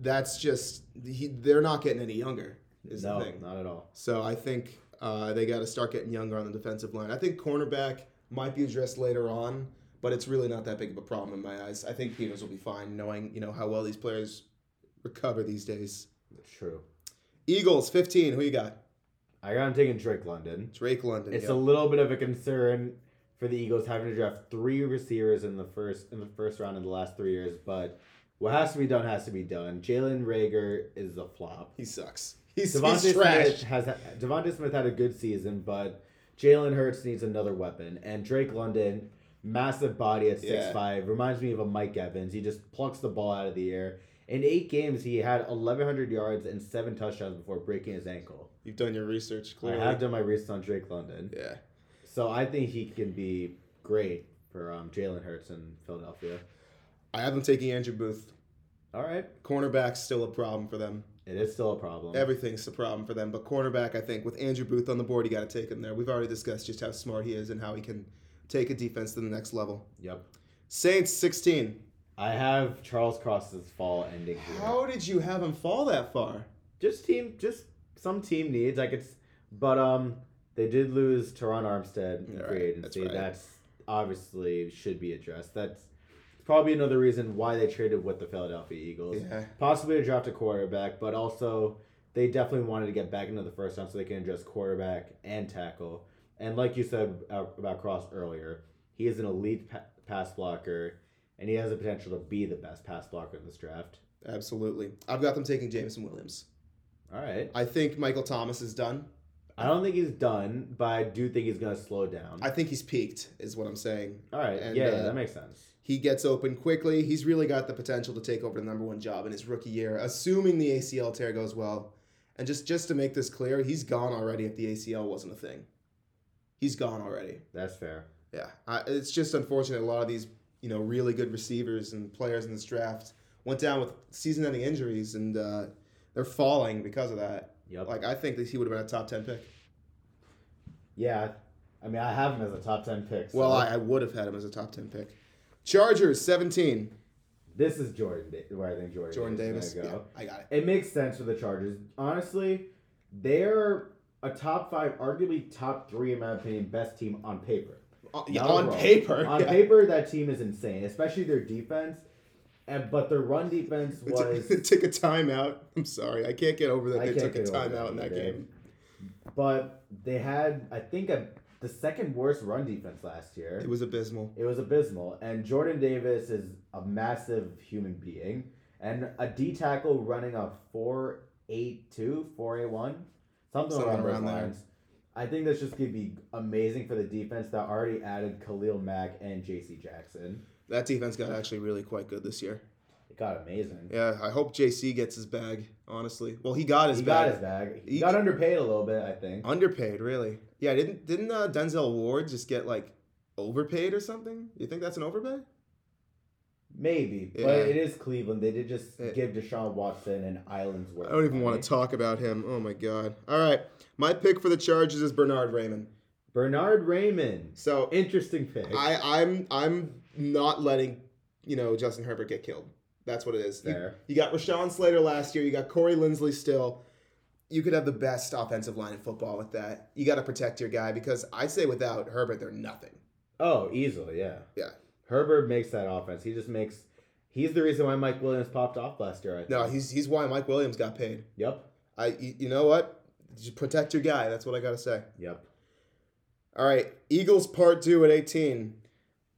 Speaker 1: that's just, he, they're not getting any younger, is
Speaker 2: no,
Speaker 1: the thing.
Speaker 2: not at all.
Speaker 1: So I think uh, they got to start getting younger on the defensive line. I think cornerback might be addressed later on, but it's really not that big of a problem in my eyes. I think Peters will be fine, knowing you know how well these players recover these days.
Speaker 2: True.
Speaker 1: Eagles fifteen. Who you got?
Speaker 2: I got him taking Drake London.
Speaker 1: Drake London.
Speaker 2: It's
Speaker 1: yeah.
Speaker 2: a little bit of a concern for the Eagles having to draft three receivers in the first in the first round in the last three years, but what has to be done has to be done. Jalen Rager is a flop.
Speaker 1: he sucks. He's,
Speaker 2: Devontae
Speaker 1: he's trash.
Speaker 2: Smith has Devontae Smith had a good season, but Jalen Hurts needs another weapon, and Drake London, massive body at six
Speaker 1: Yeah.
Speaker 2: five, reminds me of a Mike Evans. He just plucks the ball out of the air. In eight games, he had eleven hundred yards and seven touchdowns before breaking his ankle.
Speaker 1: You've done your research clearly.
Speaker 2: I have done my research on Drake London,
Speaker 1: yeah.
Speaker 2: so I think he can be great for um, Jalen Hurts in Philadelphia.
Speaker 1: I have them taking Andrew Booth.
Speaker 2: All right,
Speaker 1: Cornerback's still a problem for them.
Speaker 2: it is still a problem.
Speaker 1: Everything's a problem for them, but cornerback, I think, with Andrew Booth on the board, you got to take him there. We've already discussed just how smart he is and how he can take a defense to the next level.
Speaker 2: yep.
Speaker 1: Saints 16.
Speaker 2: I have Charles Cross's fall ending here.
Speaker 1: How did you have him fall that far?
Speaker 2: Just team, just some team needs. I could, s- but um, they did lose Teron Armstead in
Speaker 1: Yeah,
Speaker 2: free
Speaker 1: right. That's
Speaker 2: agency.
Speaker 1: right.
Speaker 2: That's, obviously should be addressed. That's probably another reason why they traded with the Philadelphia Eagles.
Speaker 1: Yeah.
Speaker 2: Possibly to draft a quarterback, but also they definitely wanted to get back into the first round so they can address quarterback and tackle. And like you said uh, about Cross earlier, he is an elite pa- pass blocker, and he has the potential to be the best pass blocker in this draft.
Speaker 1: Absolutely. I've got them taking Jameson Williams.
Speaker 2: All right.
Speaker 1: I think Michael Thomas is done.
Speaker 2: I don't think he's done, but I do think he's going to slow down.
Speaker 1: I think he's peaked, is what I'm saying.
Speaker 2: All right.
Speaker 1: and,
Speaker 2: yeah,
Speaker 1: uh,
Speaker 2: that makes sense.
Speaker 1: He gets open quickly. He's really got the potential to take over the number one job in his rookie year, assuming the ACL tear goes well. And just just to make this clear, he's gone already. If the ACL wasn't a thing, he's gone already.
Speaker 2: That's fair.
Speaker 1: Yeah, I, it's just unfortunate. A lot of these, you know, really good receivers and players in this draft went down with season-ending injuries, and uh, they're falling because of that.
Speaker 2: Yep.
Speaker 1: Like I think that he would have been a top ten pick.
Speaker 2: yeah. I mean, I have him as a top 10 pick. so-
Speaker 1: Well, I, I would have had him as a top ten pick. Chargers seventeen.
Speaker 2: This is Jordan, Da- where I think Jordan,
Speaker 1: Jordan
Speaker 2: Davis
Speaker 1: Davis.
Speaker 2: is gonna
Speaker 1: Yeah,
Speaker 2: go.
Speaker 1: I got it.
Speaker 2: It makes sense for the Chargers. Honestly, they're a top five, arguably top three, in my opinion, best team on paper.
Speaker 1: On, yeah,
Speaker 2: Not
Speaker 1: on
Speaker 2: overall.
Speaker 1: paper.
Speaker 2: On
Speaker 1: yeah.
Speaker 2: paper, that team is insane, especially their defense. And but their run defense was
Speaker 1: They took a timeout. I'm sorry, I can't get over that
Speaker 2: I
Speaker 1: they
Speaker 2: can't
Speaker 1: took a
Speaker 2: get over
Speaker 1: timeout in that
Speaker 2: either.
Speaker 1: game.
Speaker 2: But they had, I think, a, the second worst run defense last year.
Speaker 1: It was abysmal.
Speaker 2: It was abysmal. And Jordan Davis is a massive human being. And a D tackle running a 482, 481, something,
Speaker 1: Something
Speaker 2: around,
Speaker 1: around
Speaker 2: those
Speaker 1: there.
Speaker 2: lines. I think that's just going to be amazing for the defense that already added Khalil Mack and J.C. Jackson.
Speaker 1: That defense got actually really quite good this year.
Speaker 2: It got amazing.
Speaker 1: Yeah, I hope JC gets his bag. Honestly, well, he got his
Speaker 2: he
Speaker 1: bag.
Speaker 2: got his bag. He,
Speaker 1: He-
Speaker 2: got underpaid a little bit, I think.
Speaker 1: Underpaid, really. Yeah, didn't didn't uh, Denzel Ward just get like overpaid or something? You think that's an overpay?
Speaker 2: Maybe.
Speaker 1: Yeah.
Speaker 2: But it is Cleveland. They did just
Speaker 1: It-
Speaker 2: give Deshaun Watson and Islands worth.
Speaker 1: I don't even want
Speaker 2: money.
Speaker 1: to talk about him. Oh my god. All right, my pick for the Chargers is Bernard Raymond.
Speaker 2: Bernard Raymond.
Speaker 1: So
Speaker 2: Interesting pick.
Speaker 1: I I'm I'm not letting you know Justin Herbert get killed. That's what it is. You,
Speaker 2: there.
Speaker 1: you got Rashawn Slater last year. You got Corey Lindsley still. You could have the best offensive line in football with that. You got to protect your guy because I say without Herbert, they're nothing.
Speaker 2: Oh, easily, yeah.
Speaker 1: Yeah.
Speaker 2: Herbert makes that offense. He just makes. He's the reason why Mike Williams popped off last year. I think.
Speaker 1: No, he's he's why Mike Williams got paid.
Speaker 2: Yep.
Speaker 1: I you you know what? Just protect your guy. That's what I gotta say.
Speaker 2: Yep.
Speaker 1: All right, Eagles part two at eighteen.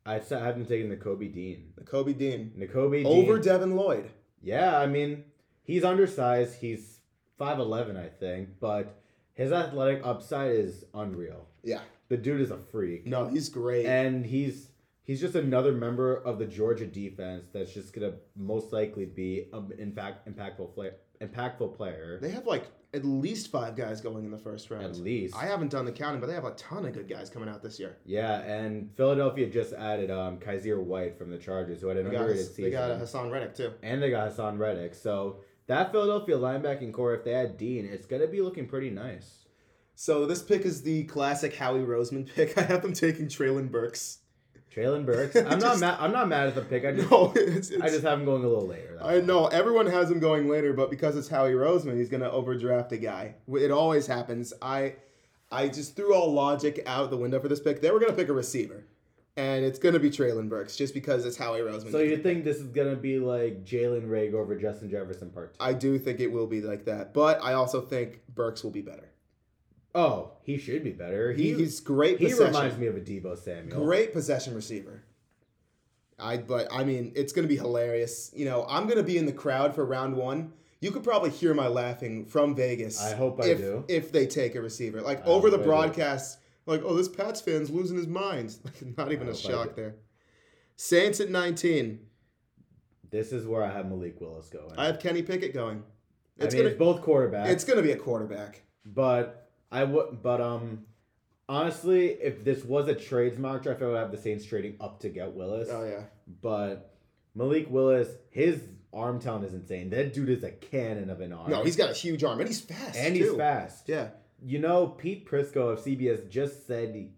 Speaker 2: I s- I haven't taken the Kobe Dean.
Speaker 1: Kobe Dean
Speaker 2: Nicobe Dean.
Speaker 1: over Devin Lloyd.
Speaker 2: yeah, I mean, he's undersized. He's five eleven, I think, but his athletic upside is unreal.
Speaker 1: Yeah,
Speaker 2: The dude is a freak,
Speaker 1: no, he's great.
Speaker 2: and he's he's just another member of the Georgia defense that's just gonna most likely be an impact impactful player. Impactful player.
Speaker 1: they have like at least five guys going in the first
Speaker 2: At
Speaker 1: round.
Speaker 2: least
Speaker 1: I haven't done the counting, but they have a ton of good guys coming out this year.
Speaker 2: Yeah, and Philadelphia just added um Kaiser White from the Chargers, who had an
Speaker 1: They got,
Speaker 2: underrated
Speaker 1: Hass-
Speaker 2: season,
Speaker 1: they got Hassan Reddick too.
Speaker 2: and they got Hassan Reddick. So that Philadelphia linebacking core, if they had Dean, it's gonna be looking pretty nice.
Speaker 1: So this pick is the classic Howie Roseman pick. I have them taking Traylon Burks.
Speaker 2: Traylon Burks. I'm not
Speaker 1: Just-
Speaker 2: mad. I'm not mad at the pick. I just
Speaker 1: No, it's, it's,
Speaker 2: I just have him going a little later. that's
Speaker 1: I
Speaker 2: all.
Speaker 1: know everyone has him going later, but because it's Howie Roseman, he's gonna overdraft a guy. It always happens. I, I just threw all logic out the window for this pick. They were gonna pick a receiver, and it's gonna be Traylon Burks just because it's Howie Roseman.
Speaker 2: So you think this is gonna be like Jalen Rager over Justin Jefferson part two?
Speaker 1: I do think it will be like that, but I also think Burks will be better.
Speaker 2: Oh, he should be better. He
Speaker 1: He, he's great.
Speaker 2: he
Speaker 1: possession,
Speaker 2: reminds me of a Debo Samuel.
Speaker 1: great possession receiver. I but I mean it's gonna be hilarious. You know I'm gonna be in the crowd for round one. You could probably hear my laughing from Vegas.
Speaker 2: I hope I
Speaker 1: if,
Speaker 2: do.
Speaker 1: If they take a receiver, like
Speaker 2: I
Speaker 1: over
Speaker 2: hope
Speaker 1: the
Speaker 2: I do.
Speaker 1: broadcast, like oh this Pats fan's losing his mind. Like, not even
Speaker 2: I
Speaker 1: a
Speaker 2: hope I
Speaker 1: shock
Speaker 2: do.
Speaker 1: there. Saints at 19.
Speaker 2: This is where I have Malik Willis going.
Speaker 1: I have Kenny Pickett going.
Speaker 2: I mean,
Speaker 1: It's
Speaker 2: it's both quarterbacks.
Speaker 1: gonna it's gonna be a quarterback.
Speaker 2: But I would. But um, honestly, if this was a trades mock draft, I would have the Saints trading up to get Willis.
Speaker 1: Oh yeah.
Speaker 2: But Malik Willis, his arm talent is insane. That dude is a cannon of an arm.
Speaker 1: No, he's got a huge arm and he's fast.
Speaker 2: and he's
Speaker 1: too.
Speaker 2: fast.
Speaker 1: Yeah.
Speaker 2: You know, Pete Prisco of CBS just said he,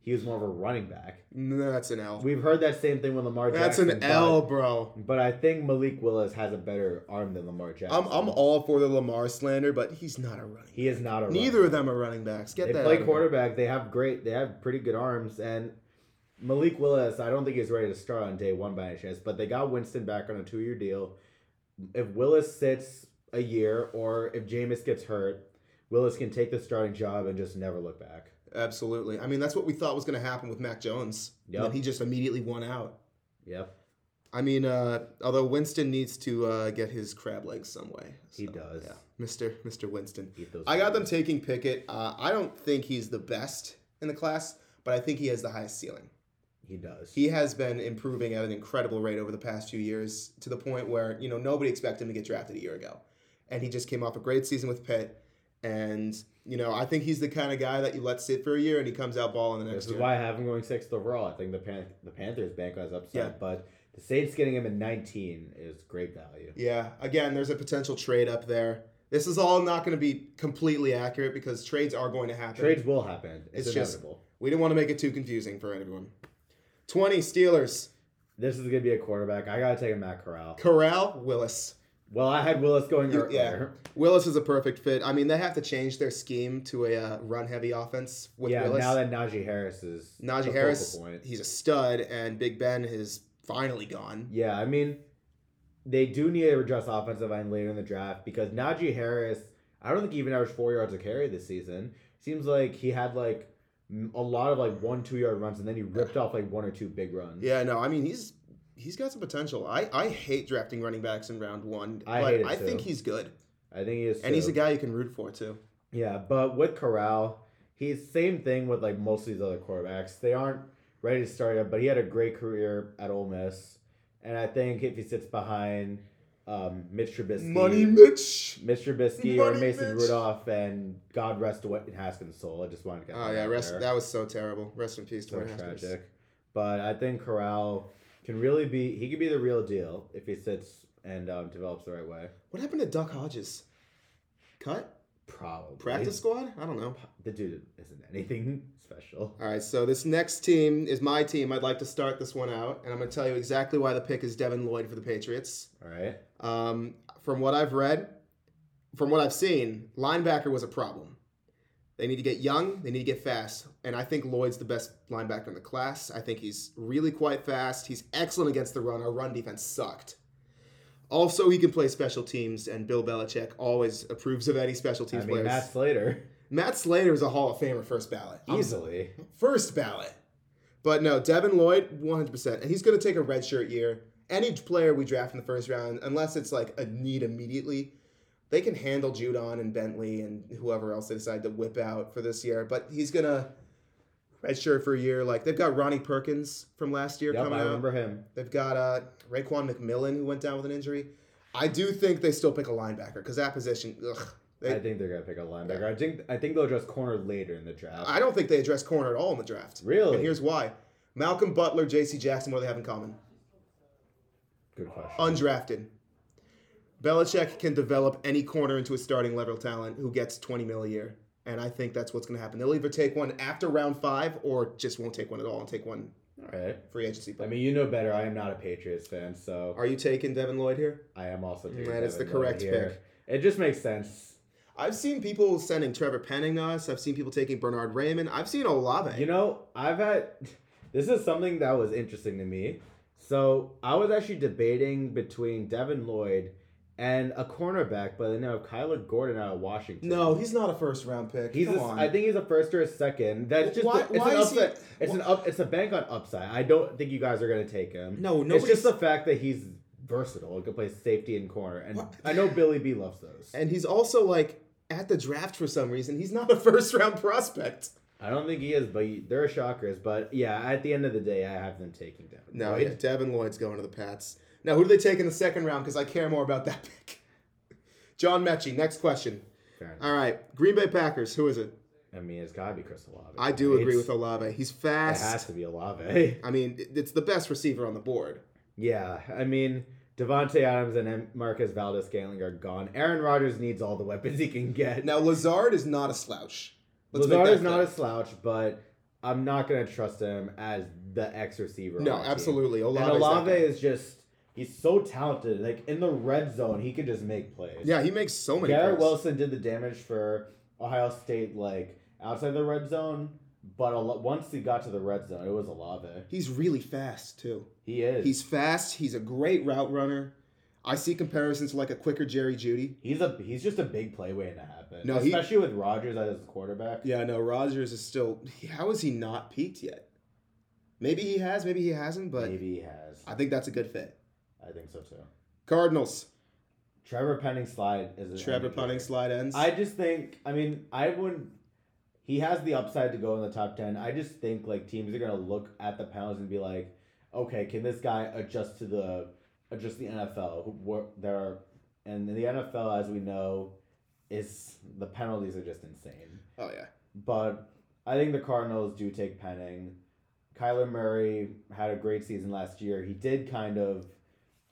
Speaker 2: he was more of a running back.
Speaker 1: No, that's an L.
Speaker 2: We've heard that same thing with Lamar
Speaker 1: That's
Speaker 2: Jackson.
Speaker 1: an
Speaker 2: but-
Speaker 1: L, bro.
Speaker 2: But I think Malik Willis has a better arm than Lamar Jackson.
Speaker 1: I'm I'm all for the Lamar slander, but he's not a running.
Speaker 2: he is not a
Speaker 1: Neither
Speaker 2: runner.
Speaker 1: of them are running backs. Get
Speaker 2: They
Speaker 1: that. out
Speaker 2: play
Speaker 1: of here.
Speaker 2: quarterback. They have great. They have pretty good arms. And Malik Willis, I don't think he's ready to start on day one by any chance. But they got Winston back on a two year deal. If Willis sits a year, or if Jameis gets hurt, Willis can take the starting job and just never look back.
Speaker 1: Absolutely. I mean, that's what we thought was going to happen with Mac Jones.
Speaker 2: Yep.
Speaker 1: And then he just immediately won out.
Speaker 2: Yep,
Speaker 1: I mean, uh, although Winston needs to uh, get his crab legs some way.
Speaker 2: he
Speaker 1: So,
Speaker 2: does.
Speaker 1: Yeah, Mister Mister Winston.
Speaker 2: Eat those
Speaker 1: I got them taking Pickett. Uh, I don't think he's the best in the class, but I think he has the highest ceiling.
Speaker 2: He does.
Speaker 1: He has been improving at an incredible rate over the past few years to the point where, you know, nobody expected him to get drafted a year ago. And he just came off a great season with Pitt. And, you know, I think he's the kind of guy that you let sit for a year and he comes out balling the
Speaker 2: This
Speaker 1: next
Speaker 2: is
Speaker 1: year.
Speaker 2: why I have him going sixth overall. I think the Pan- the Panthers bank on his upside,
Speaker 1: Yeah.
Speaker 2: but the Saints getting him at 19 is great value.
Speaker 1: Yeah. Again, there's a potential trade up there. This is all not going to be completely accurate because trades are going to happen.
Speaker 2: Trades will happen. It's,
Speaker 1: It's just-
Speaker 2: inevitable.
Speaker 1: We didn't want to make it too confusing for everyone. 20 Steelers.
Speaker 2: this is gonna be a quarterback. I gotta take a Matt Corral.
Speaker 1: Corral, Willis.
Speaker 2: Well, I had Willis going
Speaker 1: You-
Speaker 2: earlier.
Speaker 1: yeah. Willis is a perfect fit. I mean, they have to change their scheme to a uh, run-heavy offense with
Speaker 2: yeah,
Speaker 1: Willis.
Speaker 2: now that Najee Harris is the
Speaker 1: Najee
Speaker 2: focal
Speaker 1: Harris,
Speaker 2: point.
Speaker 1: he's a stud, and Big Ben is finally gone.
Speaker 2: Yeah, I mean, they do need to address offensive line later in the draft because Najee Harris, I don't think he even averaged four yards a carry this season. Seems like he had like m- a lot of like one two yard runs, and then he ripped off like one or two big runs.
Speaker 1: Yeah, no, I mean he's he's got some potential. I I hate drafting running backs in round one,
Speaker 2: I
Speaker 1: but
Speaker 2: hate it
Speaker 1: I think
Speaker 2: too.
Speaker 1: he's good,
Speaker 2: I think he is.
Speaker 1: and he's
Speaker 2: too.
Speaker 1: a guy you can root for too.
Speaker 2: Yeah, but with Corral, he's same thing with like most of these other quarterbacks. They aren't ready to start yet, but he had a great career at Ole Miss, and I think if he sits behind um, Mitch Trubisky,
Speaker 1: Mitch.
Speaker 2: Mitch Trubisky or
Speaker 1: Money
Speaker 2: Mason
Speaker 1: Mitch.
Speaker 2: Rudolph, and God rest Dwayne Haskins' soul. I just wanted to get
Speaker 1: Oh
Speaker 2: that
Speaker 1: yeah,
Speaker 2: out
Speaker 1: rest.
Speaker 2: there.
Speaker 1: That was so terrible. Rest in peace,
Speaker 2: so
Speaker 1: Dwayne Haskins.
Speaker 2: tragic. But I think Corral can really be he could be the real deal if he sits and um, develops the right way.
Speaker 1: What happened to Duck Hodges? Cut
Speaker 2: Probably
Speaker 1: practice squad? I don't know.
Speaker 2: The dude isn't anything special.
Speaker 1: All right, so this next team is my team. I'd like to start this one out, and I'm going to tell you exactly why the pick is Devin Lloyd for the Patriots.
Speaker 2: All right.
Speaker 1: Um, from what I've read, from what I've seen, linebacker was a problem. They need to get young, they need to get fast, and I think Lloyd's the best linebacker in the class. I think he's really quite fast. He's excellent against the run. Our run defense sucked. Also, he can play special teams, and Bill Belichick always approves of any special
Speaker 2: I
Speaker 1: teams
Speaker 2: mean,
Speaker 1: players.
Speaker 2: Matt Slater
Speaker 1: Matt Slater is a Hall of Famer first ballot. I'm
Speaker 2: easily.
Speaker 1: first ballot. But no, Devin Lloyd, 100%. And he's going to take a redshirt year. Any player we draft in the first round, unless it's like a need immediately, they can handle Judon and Bentley and whoever else they decide to whip out for this year. But he's going to redshirt for a year. Like they've got Ronnie Perkins from last year
Speaker 2: Yep,
Speaker 1: coming
Speaker 2: I
Speaker 1: out.
Speaker 2: remember him.
Speaker 1: They've got uh, Raquan McMillan, who went down with an injury. I do think they still pick a linebacker because that position, ugh. They,
Speaker 2: I think they're gonna pick a linebacker. I think I think they'll address corner later in the draft.
Speaker 1: I don't think they address corner at all in the draft.
Speaker 2: really?
Speaker 1: And here's why. Malcolm Butler, J.C. Jackson, what do they have in common?
Speaker 2: Good question.
Speaker 1: Undrafted. Belichick can develop any corner into a starting level talent who gets 20 mil a year. And I think that's what's going to happen. They'll either take one after round five or just won't take one at all and take one
Speaker 2: All right.
Speaker 1: free agency.
Speaker 2: I
Speaker 1: player.
Speaker 2: mean, you know better. I am not a Patriots fan, so
Speaker 1: Are you taking Devin Lloyd here?
Speaker 2: I am also taking
Speaker 1: That is
Speaker 2: Devin
Speaker 1: the
Speaker 2: Lloyd
Speaker 1: correct
Speaker 2: here. It just makes sense.
Speaker 1: I've seen people sending Trevor Penning us. I've seen people taking Bernard Raymond. I've seen Olave.
Speaker 2: You know, I've had this is something that was interesting to me. So I was actually debating between Devin Lloyd and a cornerback by the name of Kyler Gordon out of Washington.
Speaker 1: no, he's not a first round pick.
Speaker 2: He's
Speaker 1: Come
Speaker 2: a,
Speaker 1: on.
Speaker 2: I think he's a first or a second. That's just
Speaker 1: Why-
Speaker 2: a- it's
Speaker 1: why
Speaker 2: an
Speaker 1: is he-
Speaker 2: upside. it's an up. It's a bank on upside. I don't think you guys are gonna take him.
Speaker 1: No,
Speaker 2: it's just
Speaker 1: nobody's-
Speaker 2: the fact that he's versatile. He can play safety and corner, and
Speaker 1: What?
Speaker 2: I know Billy B loves those.
Speaker 1: and he's also like at the draft for some reason. He's not a first round prospect.
Speaker 2: I don't think he is, but he- they're shockers. But yeah, at the end of the day, I have them taking down.
Speaker 1: No, yeah, Devin Lloyd's going to the Pats. Now, who do they take in the second round? Because I care more about that pick. John Mechie, next question. All right, Green Bay Packers, who is it?
Speaker 2: I mean, it's gotta be Chris Olave.
Speaker 1: I do agree with
Speaker 2: It's-
Speaker 1: Olave. He's
Speaker 2: It has
Speaker 1: fast.
Speaker 2: to be Olave.
Speaker 1: I mean, it- it's the best receiver on the board.
Speaker 2: yeah, I mean. Devonte Adams and M- Marcus Valdez Scantling are gone. Aaron Rodgers needs all the weapons he can get.
Speaker 1: Now, Lazard is not a slouch. Let's make
Speaker 2: Lazard
Speaker 1: that
Speaker 2: is not
Speaker 1: clear.
Speaker 2: a slouch, but I'm not gonna trust him as the X receiver. on
Speaker 1: No,
Speaker 2: our team.
Speaker 1: absolutely.
Speaker 2: And
Speaker 1: Olave.
Speaker 2: Olave is just he's so talented. Like in the red zone, he could just make plays.
Speaker 1: Yeah, he makes so many.
Speaker 2: Garrett
Speaker 1: plays.
Speaker 2: Wilson did the damage for Ohio State, like outside the red zone. But a lo- once he got to the red zone, it was Olave.
Speaker 1: He's really fast too.
Speaker 2: He is.
Speaker 1: He's fast. He's a great route runner. I see comparisons to like a quicker Jerry Judy.
Speaker 2: He's a he's just a big play waiting to happen.
Speaker 1: No, he-
Speaker 2: especially with Rodgers as his quarterback.
Speaker 1: Yeah, no, Rogers is still. How is he not peaked yet? Maybe he has. Maybe he hasn't. But
Speaker 2: Maybe he has.
Speaker 1: I think that's a good fit.
Speaker 2: I think so too.
Speaker 1: Cardinals.
Speaker 2: Trevor Penning slide is an
Speaker 1: Trevor
Speaker 2: MVP.
Speaker 1: Punning slide ends.
Speaker 2: I just think I mean I wouldn't. He has the upside to go in the top ten. I just think like teams are gonna look at the Pounds and be like, okay, can this guy adjust to the adjust the NFL? Who- what- There are and the NFL, as we know, is the penalties are just insane.
Speaker 1: oh yeah.
Speaker 2: But I think the Cardinals do take Penning. Kyler Murray had a great season last year. He did kind of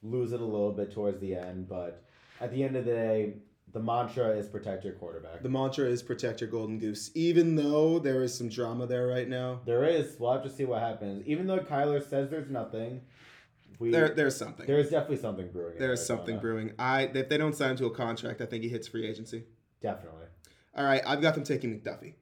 Speaker 2: lose it a little bit towards the end, but at the end of the day, the mantra is protect your quarterback.
Speaker 1: The mantra is protect your golden goose, even though there is some drama there right now.
Speaker 2: there is. We'll have to see what happens. Even though Kyler says there's nothing, we
Speaker 1: There, Uh, there's something.
Speaker 2: there is definitely something brewing. in
Speaker 1: there is something
Speaker 2: Arizona.
Speaker 1: brewing. I if they don't sign him to a contract, I think he hits free agency.
Speaker 2: Definitely.
Speaker 1: All right, I've got them taking McDuffie.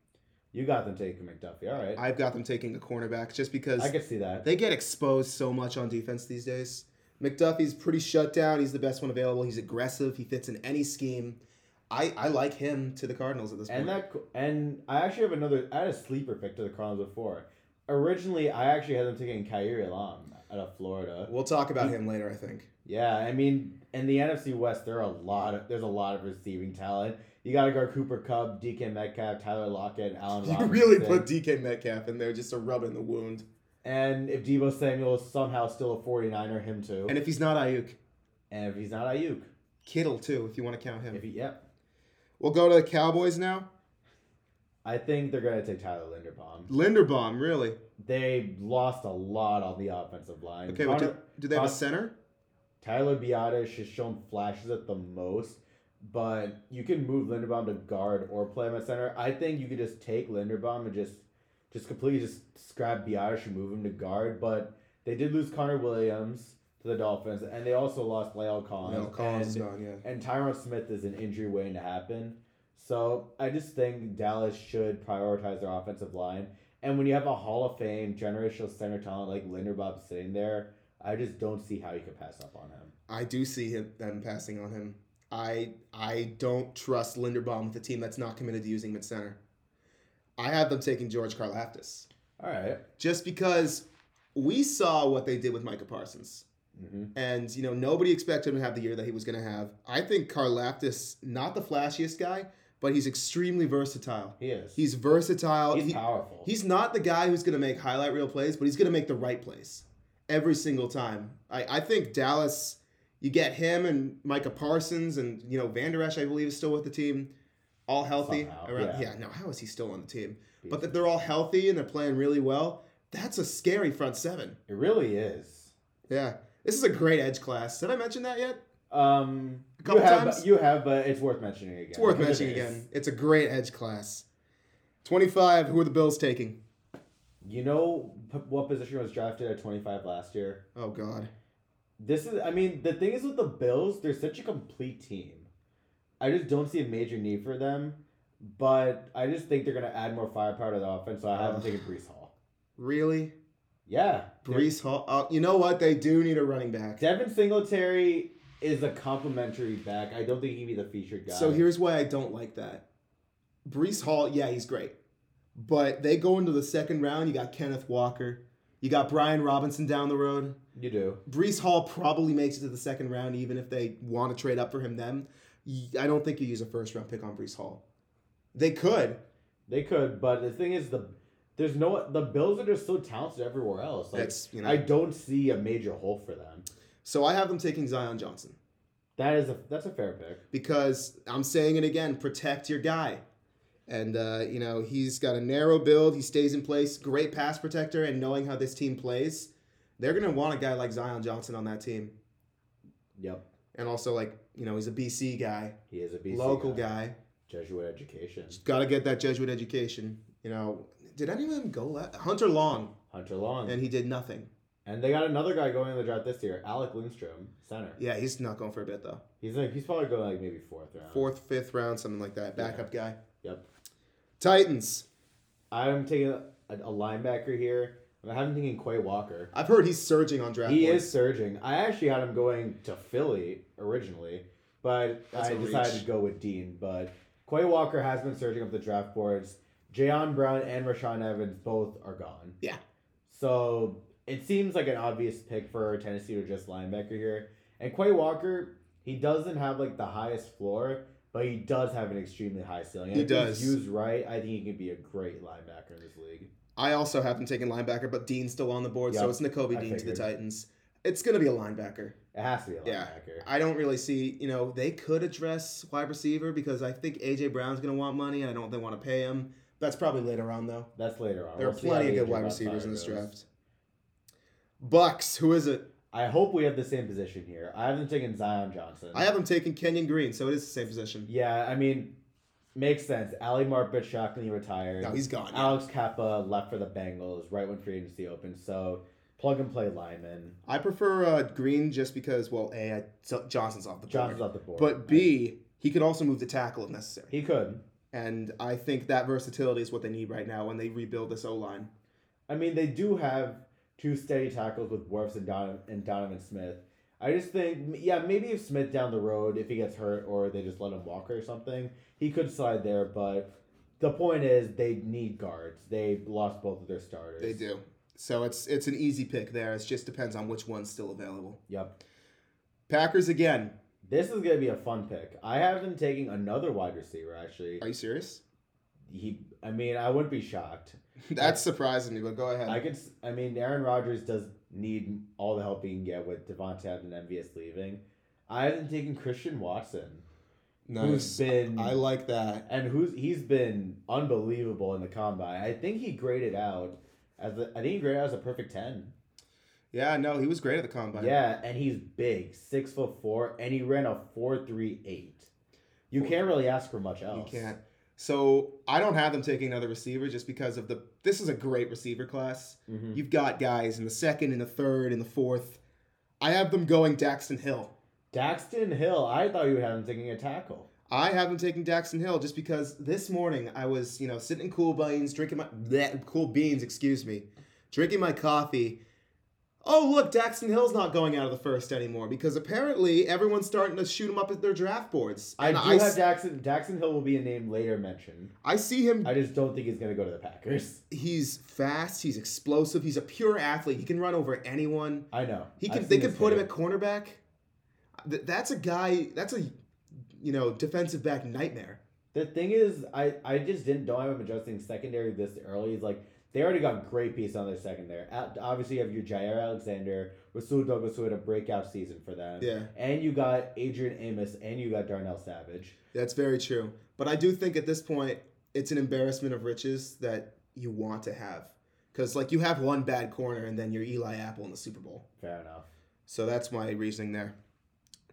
Speaker 2: You got them taking McDuffie. All right.
Speaker 1: I've got them taking a cornerback just because
Speaker 2: I, could see that.
Speaker 1: they get exposed so much on defense these days. McDuffie's pretty shut down. He's the best one available. He's aggressive. He fits in any scheme. I, I like him to the Cardinals at this
Speaker 2: And
Speaker 1: point.
Speaker 2: that and I actually have another. I had a sleeper pick to the Cardinals before. Originally, I actually had them taking Kyrie Elam out of Florida.
Speaker 1: we'll talk about him later, I think.
Speaker 2: Yeah, I mean, in the NFC West, there are a lot of there's a lot of receiving talent. You got to go Cooper Cub, DK Metcalf, Tyler Lockett, Allen
Speaker 1: You
Speaker 2: Robinson.
Speaker 1: really put DK Metcalf in there just to rub in the wound.
Speaker 2: and if Debo Samuel is somehow still a 49er, him too.
Speaker 1: And if he's not Ayuk,
Speaker 2: And if he's not Ayuk,
Speaker 1: Kittle too, if you want to count him.
Speaker 2: if he yeah,
Speaker 1: We'll go to the Cowboys now.
Speaker 2: I think they're gonna take Tyler Linderbaum.
Speaker 1: Linderbaum, really?
Speaker 2: They lost a lot on the offensive line.
Speaker 1: Okay, but do,
Speaker 2: Connor-
Speaker 1: do they have a
Speaker 2: Connor-
Speaker 1: center?
Speaker 2: Tyler Biotish has shown flashes at the most, but you can move Linderbaum to guard or play him at center. I think you could just take Linderbaum and just just completely just scrap Biotish and move him to guard. But they did lose Connor Williams to the Dolphins, and they also lost Lyle Collins.
Speaker 1: No, Collins is
Speaker 2: and,
Speaker 1: gone, yeah.
Speaker 2: and Tyron Smith is an injury waiting to happen. So I just think Dallas should prioritize their offensive line. And when you have a Hall of Fame generational center talent like Linderbaum sitting there, I just don't see how you could pass up on him.
Speaker 1: I do see him them passing on him. I I don't trust Linderbaum with a team that's not committed to using mid center. I have them taking George Karlaftis
Speaker 2: All right.
Speaker 1: just because we saw what they did with Micah Parsons,
Speaker 2: Mm-hmm.
Speaker 1: and you know nobody expected him to have the year that he was going to have. I think Karlaftis, not the flashiest guy, but he's extremely versatile.
Speaker 2: He is.
Speaker 1: He's versatile.
Speaker 2: He's
Speaker 1: He-
Speaker 2: powerful.
Speaker 1: He's not the guy who's going to make highlight reel plays, but he's going to make the right plays every single time. I, I think Dallas, you get him and Micah Parsons and, you know, Van Der Esch, I believe, is still with the team, all healthy.
Speaker 2: Somehow,
Speaker 1: around, yeah.
Speaker 2: yeah.
Speaker 1: no, how is he still on the team? But that they're all healthy and they're playing really well, that's a scary front seven.
Speaker 2: it really is.
Speaker 1: Yeah. This is a great edge class. Did I mention that yet?
Speaker 2: Um,
Speaker 1: A couple
Speaker 2: you have,
Speaker 1: times?
Speaker 2: You have, but it's worth mentioning again.
Speaker 1: It's worth
Speaker 2: because it
Speaker 1: mentioning
Speaker 2: is.
Speaker 1: again. It's a great edge class. 25, who are the Bills taking?
Speaker 2: You know p- what position was drafted at 25 last year?
Speaker 1: Oh, God.
Speaker 2: This is, I mean, the thing is with the Bills, they're such a complete team. I just don't see a major need for them, but I just think they're going to add more firepower to the offense, so I haven't
Speaker 1: Ugh.
Speaker 2: taken Brees Hall.
Speaker 1: Really?
Speaker 2: Yeah. they're-
Speaker 1: Brees Hall. Uh, you know what? They do need a running back.
Speaker 2: Devin Singletary is a complimentary back. I don't think he'd be the featured guy.
Speaker 1: So here's why I don't like that. Brees Hall, yeah, he's great. But they go into the second round, you got Kenneth Walker. You got Brian Robinson down the road.
Speaker 2: You do.
Speaker 1: Brees Hall probably makes it to the second round, even if they want to trade up for him then. Y- I don't think you use a first round pick on Brees Hall. They could.
Speaker 2: They could, but the thing is, the there's no the Bills are just so talented everywhere else. Like,
Speaker 1: That's, you know.
Speaker 2: I don't see a major hole for them.
Speaker 1: so I have them taking Zion Johnson
Speaker 2: That is a that's a fair pick.
Speaker 1: because I'm saying it again protect your guy. And, uh, you know, he's got a narrow build. He stays in place. Great pass protector. And knowing how this team plays, they're going to want a guy like Zion Johnson on that team.
Speaker 2: Yep,
Speaker 1: And also, like, you know, he's a BC guy,
Speaker 2: he is a BC
Speaker 1: local
Speaker 2: guy.
Speaker 1: guy.
Speaker 2: Jesuit education.
Speaker 1: Just got to get that Jesuit education. You know, did any of them go last? Hunter Long,
Speaker 2: Hunter Long.
Speaker 1: and
Speaker 2: And,
Speaker 1: he did nothing.
Speaker 2: they got another guy going in the draft this year, Alec Lindstrom, center.
Speaker 1: Yeah, he's not going for a bit though.
Speaker 2: He's like he's probably going like maybe fourth round.
Speaker 1: Fourth, fifth round, something like that. Backup guy.
Speaker 2: Yep.
Speaker 1: Titans.
Speaker 2: I'm taking a, a linebacker here. I haven't thinking Quay Walker.
Speaker 1: I've heard he's surging on draft.
Speaker 2: He
Speaker 1: boards.
Speaker 2: is surging. I actually had him going to Philly originally, but
Speaker 1: That's
Speaker 2: I
Speaker 1: a
Speaker 2: decided
Speaker 1: reach.
Speaker 2: to go with Dean. But Quay Walker has been surging up the draft boards. Jayon Brown and Rashawn Evans both are gone.
Speaker 1: Yeah.
Speaker 2: So it seems like an obvious pick for Tennessee to just linebacker here. And Quay Walker, he doesn't have like the highest floor, but he does have an extremely high ceiling. And
Speaker 1: He
Speaker 2: if he's
Speaker 1: does.
Speaker 2: used right, I think he can be a great linebacker in this league.
Speaker 1: I also have him taking linebacker, but Dean's still on the board, so
Speaker 2: Yep,
Speaker 1: it's N'Kobe
Speaker 2: I
Speaker 1: Dean to the
Speaker 2: figured.
Speaker 1: Titans. It's going to be a linebacker.
Speaker 2: It has to be a linebacker.
Speaker 1: Yeah. I don't really see, you know, they could address wide receiver because I think AJ Brown's going to want money, and I don't think they want to pay him. That's probably later on though.
Speaker 2: That's later on.
Speaker 1: There are
Speaker 2: We'll see how
Speaker 1: plenty of good
Speaker 2: the injury
Speaker 1: wide
Speaker 2: bug
Speaker 1: receivers
Speaker 2: fire
Speaker 1: in this
Speaker 2: goes.
Speaker 1: draft. Bucks, who is it?
Speaker 2: I hope we have the same position here. I haven't taken Zion Johnson.
Speaker 1: I have him taking Kenyon Green, so it is the same position.
Speaker 2: Yeah, I mean, makes sense. Ali Marpet shockingly retired.
Speaker 1: No, he's gone.
Speaker 2: Alex Kappa left for the Bengals right when free agency opened. So plug and play lineman.
Speaker 1: I prefer uh, Green just because, well, A, I, so- Johnson's off the board.
Speaker 2: Johnson's off the board.
Speaker 1: But B, he can also move to tackle if necessary.
Speaker 2: he could.
Speaker 1: And I think that versatility is what they need right now when they rebuild this O line.
Speaker 2: I mean, they do have two steady tackles with Werfs and Donovan, and Donovan Smith. I just think, yeah, maybe if Smith down the road, if he gets hurt or they just let him walk or something, he could slide there. But the point is, they need guards. They lost both of their starters.
Speaker 1: They do. So it's it's an easy pick there. It just depends on which one's still available.
Speaker 2: Yep.
Speaker 1: Packers again.
Speaker 2: This is gonna be a fun pick. I have them taking another wide receiver. Actually,
Speaker 1: Are you serious?
Speaker 2: he. I mean, I wouldn't be shocked.
Speaker 1: That's surprising me, but go ahead.
Speaker 2: I could. s- I mean, Aaron Rodgers does need all the help he can get with Devontae Adams and MVS leaving. I have them taking Christian Watson.
Speaker 1: nice.
Speaker 2: who's been
Speaker 1: I like that.
Speaker 2: and who's he's been unbelievable in the combine. I think he graded out as a, I think he graded out as a perfect ten.
Speaker 1: Yeah, no, he was great at the combine.
Speaker 2: Yeah, and he's big, six foot four, and he ran a four three eight. You
Speaker 1: Four-
Speaker 2: can't really ask for much
Speaker 1: You
Speaker 2: else.
Speaker 1: can't. So I don't have them taking another receiver just because of the. This is a great receiver class.
Speaker 2: Mhm.
Speaker 1: You've got guys in the second, in the third, in the fourth. I have them going Daxton Hill.
Speaker 2: Daxton Hill, I thought you would have him taking a tackle.
Speaker 1: I have them taking Daxton Hill just because this morning I was, you know, sitting in cool beans, drinking my bleh, cool beans, excuse me, drinking my coffee. Oh look, Daxton Hill's not going out of the first anymore because apparently everyone's starting to shoot him up at their draft boards.
Speaker 2: I
Speaker 1: And
Speaker 2: do
Speaker 1: I,
Speaker 2: have
Speaker 1: s-
Speaker 2: Daxton. Daxton Hill will be a name later mentioned.
Speaker 1: I see him
Speaker 2: I just don't think he's gonna go to the Packers.
Speaker 1: he's fast, he's explosive, he's a pure athlete. He can run over anyone.
Speaker 2: I know
Speaker 1: He
Speaker 2: I've
Speaker 1: can.
Speaker 2: seen
Speaker 1: They can
Speaker 2: his
Speaker 1: put him
Speaker 2: tape.
Speaker 1: at cornerback. Th- That's a guy. That's a you know defensive back nightmare.
Speaker 2: The thing is, I, I just didn't know I'm adjusting secondary this early. Is like they already got great pieces on their secondary. At- Obviously, you have your Jair Alexander, Rasul Douglas, who had a breakout season for them.
Speaker 1: Yeah,
Speaker 2: And you got Adrian Amos, and you got Darnell Savage.
Speaker 1: that's very true. But I do think at this point it's an embarrassment of riches that you want to have because like you have one bad corner and then you're Eli Apple in the Super Bowl.
Speaker 2: Fair enough.
Speaker 1: So that's my reasoning there.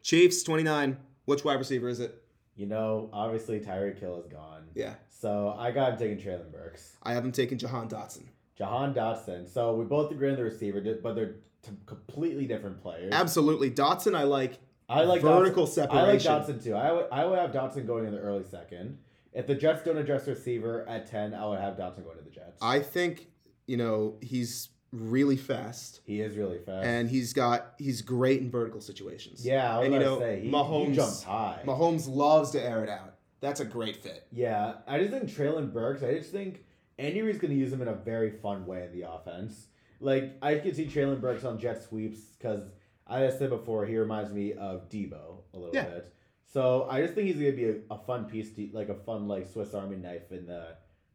Speaker 1: Chiefs twenty nine. Which wide receiver is it?
Speaker 2: You know, obviously Tyreek Hill is gone.
Speaker 1: Yeah,
Speaker 2: So I got him taking Traylon Burks,
Speaker 1: I haven't taken Jahan Dotson.
Speaker 2: Jahan Dotson. So we both agree on the receiver, di- but they're t- completely different players.
Speaker 1: Absolutely, Dotson. I like.
Speaker 2: I like Dotson.
Speaker 1: vertical
Speaker 2: I like
Speaker 1: separation.
Speaker 2: Dotson too. I would, I would have Dotson going in the early second. If the Jets don't address receiver at ten, I would have Dotson going to the Jets.
Speaker 1: I think you know he's really fast,
Speaker 2: he is really fast.
Speaker 1: and he's got he's great in vertical situations.
Speaker 2: yeah, I was
Speaker 1: and, you
Speaker 2: going to
Speaker 1: know,
Speaker 2: say he,
Speaker 1: Mahomes-
Speaker 2: he jumps high.
Speaker 1: Mahomes loves to air it out. That's a great fit.
Speaker 2: yeah, I just think Traylon Burks. I just think Andy Reid's going to use him in a very fun way in the offense. Like I could see Traylon Burks on jet sweeps because I just said before he reminds me of Debo a little
Speaker 1: Yeah.
Speaker 2: bit. So I just think he's going to be a, a fun piece, to, like a fun like Swiss Army knife in the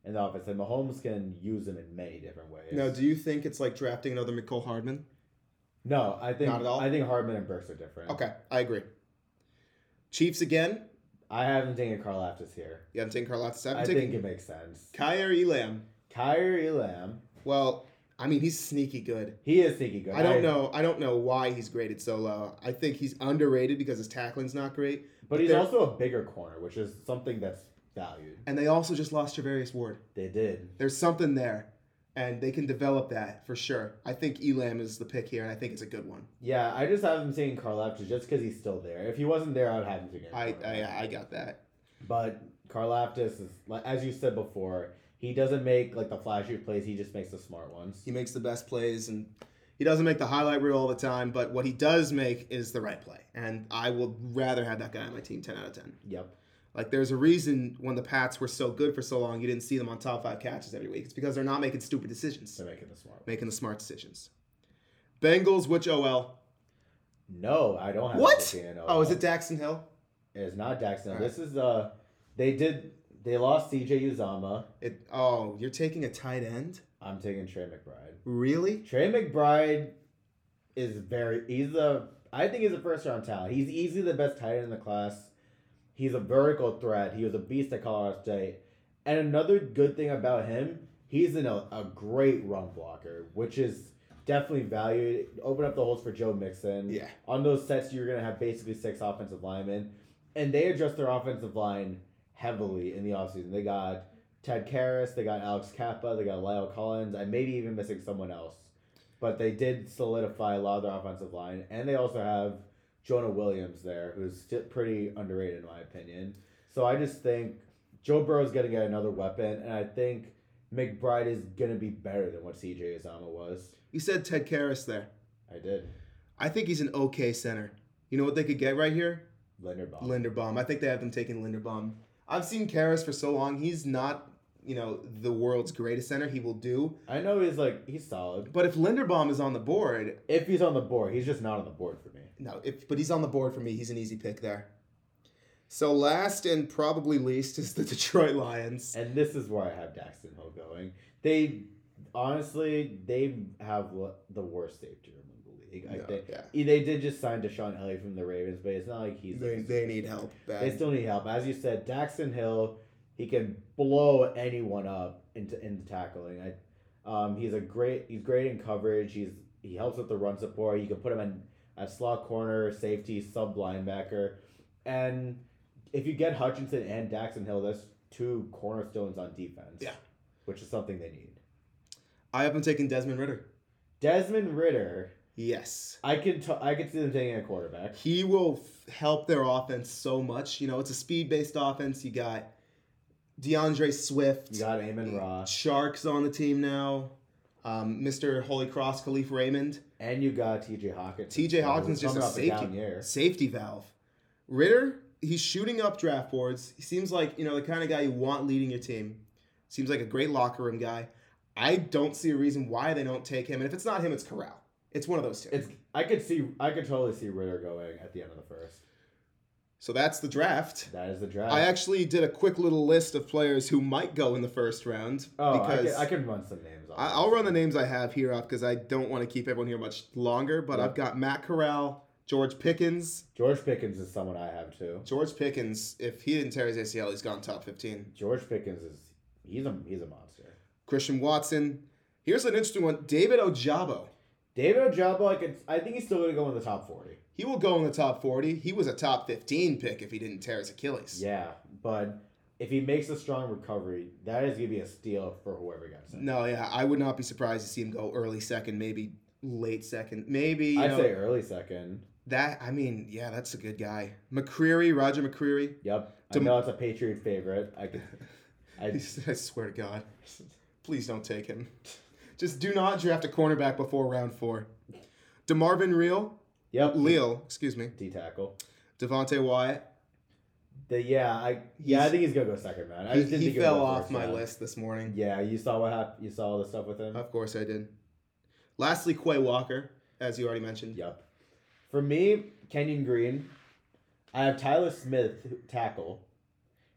Speaker 2: in the offense. And Mahomes can use him in many different ways.
Speaker 1: Now, do you think it's like drafting another Nicole Hardman?
Speaker 2: No, I think
Speaker 1: Not at all?
Speaker 2: I think Hardman and Burks are different.
Speaker 1: Okay, I agree. Chiefs again.
Speaker 2: I haven't taken Carl Aftis here.
Speaker 1: You haven't taken Carlotta.
Speaker 2: i
Speaker 1: I'm
Speaker 2: think
Speaker 1: taking
Speaker 2: it makes sense.
Speaker 1: Kyrie Lamb.
Speaker 2: Kyrie Lamb,
Speaker 1: Well, I mean he's sneaky good.
Speaker 2: he is sneaky good.
Speaker 1: I don't know. I don't know why he's graded so low. I think he's underrated because his tackling's not great.
Speaker 2: but he's
Speaker 1: They're-
Speaker 2: also a bigger corner, which is something that's valued.
Speaker 1: And they also just lost Travarius Ward.
Speaker 2: They did.
Speaker 1: There's something there, and they can develop that for sure. I think Elam is the pick here, and I think it's a good one.
Speaker 2: Yeah, I just have him saying Carl After just because he's still there. If he wasn't there, I'd have him again.
Speaker 1: I I, I got that.
Speaker 2: But Karlaftis is like as you said before, he doesn't make like the flashy plays, he just makes the smart ones.
Speaker 1: He makes the best plays, and he doesn't make the highlight reel all the time. But what he does make is the right play, and I would rather have that guy on my team ten out of ten.
Speaker 2: Yep.
Speaker 1: Like there's a reason when the Pats were so good for so long, you didn't see them on top five catches every week. It's because they're not making stupid decisions,
Speaker 2: They're making the smart ones.
Speaker 1: making the smart decisions. Bengals, which OL?
Speaker 2: No, I don't have
Speaker 1: What?
Speaker 2: Jackson at
Speaker 1: Oh, is
Speaker 2: all.
Speaker 1: it Daxon Hill?
Speaker 2: It is not Daxon.
Speaker 1: Alright.
Speaker 2: This is uh they did they lost CJ Uzama.
Speaker 1: It. Oh, you're taking a tight end?
Speaker 2: I'm taking Trey McBride.
Speaker 1: Really?
Speaker 2: Trey McBride is very he's a I think he's a first round talent. He's easily the best tight end in the class. He's a vertical threat. He was a beast at Colorado State. And another good thing about him, he's in a, a great run blocker, which is definitely valued. Open up the holes for Joe Mixon.
Speaker 1: Yeah.
Speaker 2: On those sets, you're going to have basically six offensive linemen. And they addressed their offensive line heavily in the offseason. They got Ted Karras, they got Alex Kappa, they got Lyle Collins, and maybe even missing someone else. But they did solidify a lot of their offensive line. And they also have Jonah Williams there, who's still pretty underrated, in my opinion. So I just think Joe Burrow's going to get another weapon. And I think McBride is going to be better than what CJ Uzama was.
Speaker 1: You said Ted Karras there.
Speaker 2: I did.
Speaker 1: I think he's an okay center. You know what they could get right here?
Speaker 2: Linderbaum.
Speaker 1: Linderbaum. I think they have them taking Linderbaum. I've seen Karras for so long. He's not, you know, the world's greatest center. He will do.
Speaker 2: I know he's like he's solid.
Speaker 1: But if Linderbaum is on the board,
Speaker 2: If he's on the board, he's just not on the board for me.
Speaker 1: no, if but he's on the board for me, he's an easy pick there. So last and probably least is the Detroit Lions.
Speaker 2: And this is where I have Daxton Hill going. They honestly they have lo- the worst safety room in the league. I
Speaker 1: No,
Speaker 2: think
Speaker 1: yeah.
Speaker 2: they did just sign Deshaun Elliott from the Ravens, but it's not like he's
Speaker 1: They, they need help. Bad.
Speaker 2: They still need help. As you said, Daxton Hill, he can blow anyone up into into tackling. I, um, he's a great he's great in coverage. He's he helps with the run support. You can put him in at slot corner, safety, sub linebacker, and if you get Hutchinson and Daxton Hill, that's two cornerstones on defense.
Speaker 1: Yeah.
Speaker 2: which is something they need.
Speaker 1: I have them taking Desmond Ritter.
Speaker 2: Desmond Ritter,
Speaker 1: Yes.
Speaker 2: I could t- I could see them taking a quarterback.
Speaker 1: He will f- help their offense so much. You know, it's a speed based offense. You got DeAndre Swift.
Speaker 2: You got Amon Ross,
Speaker 1: Uh, Sharks on the team now. Um, Mr. Holy Cross Khalif Raymond.
Speaker 2: and you got T.J. Hawkins.
Speaker 1: TJ Hawkins just a safety safety valve. Ritter, he's shooting up draft boards. He seems like, you know, the kind of guy you want leading your team. Seems like a great locker room guy. I don't see a reason why they don't take him. And if it's not him, it's Corral. It's one of those two.
Speaker 2: It's I could see I could totally see Ritter going at the end of the first.
Speaker 1: so that's the draft.
Speaker 2: That is the draft.
Speaker 1: I actually did a quick little list of players who might go in the first round
Speaker 2: oh, I
Speaker 1: because
Speaker 2: can, I can run some names. Off
Speaker 1: I- I'll run the names I have here up because I don't want to keep everyone here much longer. But
Speaker 2: Yeah.
Speaker 1: I've got Matt Corral, George Pickens.
Speaker 2: George Pickens is someone I have too.
Speaker 1: George Pickens, if he didn't tear his ACL, he's gone top 15.
Speaker 2: George Pickens is he's a he's a monster.
Speaker 1: Christian Watson. Here's an interesting one David Ojabo.
Speaker 2: David Ojabo, I could I think he's still gonna go in the top forty.
Speaker 1: He will go in the top 40. He was a top 15 pick if he didn't tear his Achilles.
Speaker 2: Yeah, but if he makes a strong recovery, that is gonna be a steal for whoever gets it.
Speaker 1: No, yeah, I would not be surprised to see him go early second, maybe late second. Maybe, you
Speaker 2: I'd
Speaker 1: know,
Speaker 2: say early second.
Speaker 1: that, I mean, yeah, that's a good guy. McCreary, Roger McCreary.
Speaker 2: Yep. I
Speaker 1: Dem-
Speaker 2: know it's a Patriot favorite. I could I
Speaker 1: I swear to God. Please don't take him. Just do not draft a cornerback before round four. DeMarvin Real,
Speaker 2: Yep.
Speaker 1: Leal, excuse me,
Speaker 2: D tackle.
Speaker 1: Devontae Wyatt.
Speaker 2: The, yeah, I yeah, I
Speaker 1: He's-
Speaker 2: think he's gonna go second round. I
Speaker 1: He,
Speaker 2: just didn't
Speaker 1: he
Speaker 2: think
Speaker 1: fell
Speaker 2: would go
Speaker 1: off
Speaker 2: first
Speaker 1: my
Speaker 2: round.
Speaker 1: list this morning.
Speaker 2: Yeah, you saw what happened. You saw the stuff with him.
Speaker 1: Of course I did. Lastly, Quay Walker, as you already mentioned.
Speaker 2: Yep. For me, Kenyon Green. I have Tyler Smith tackle,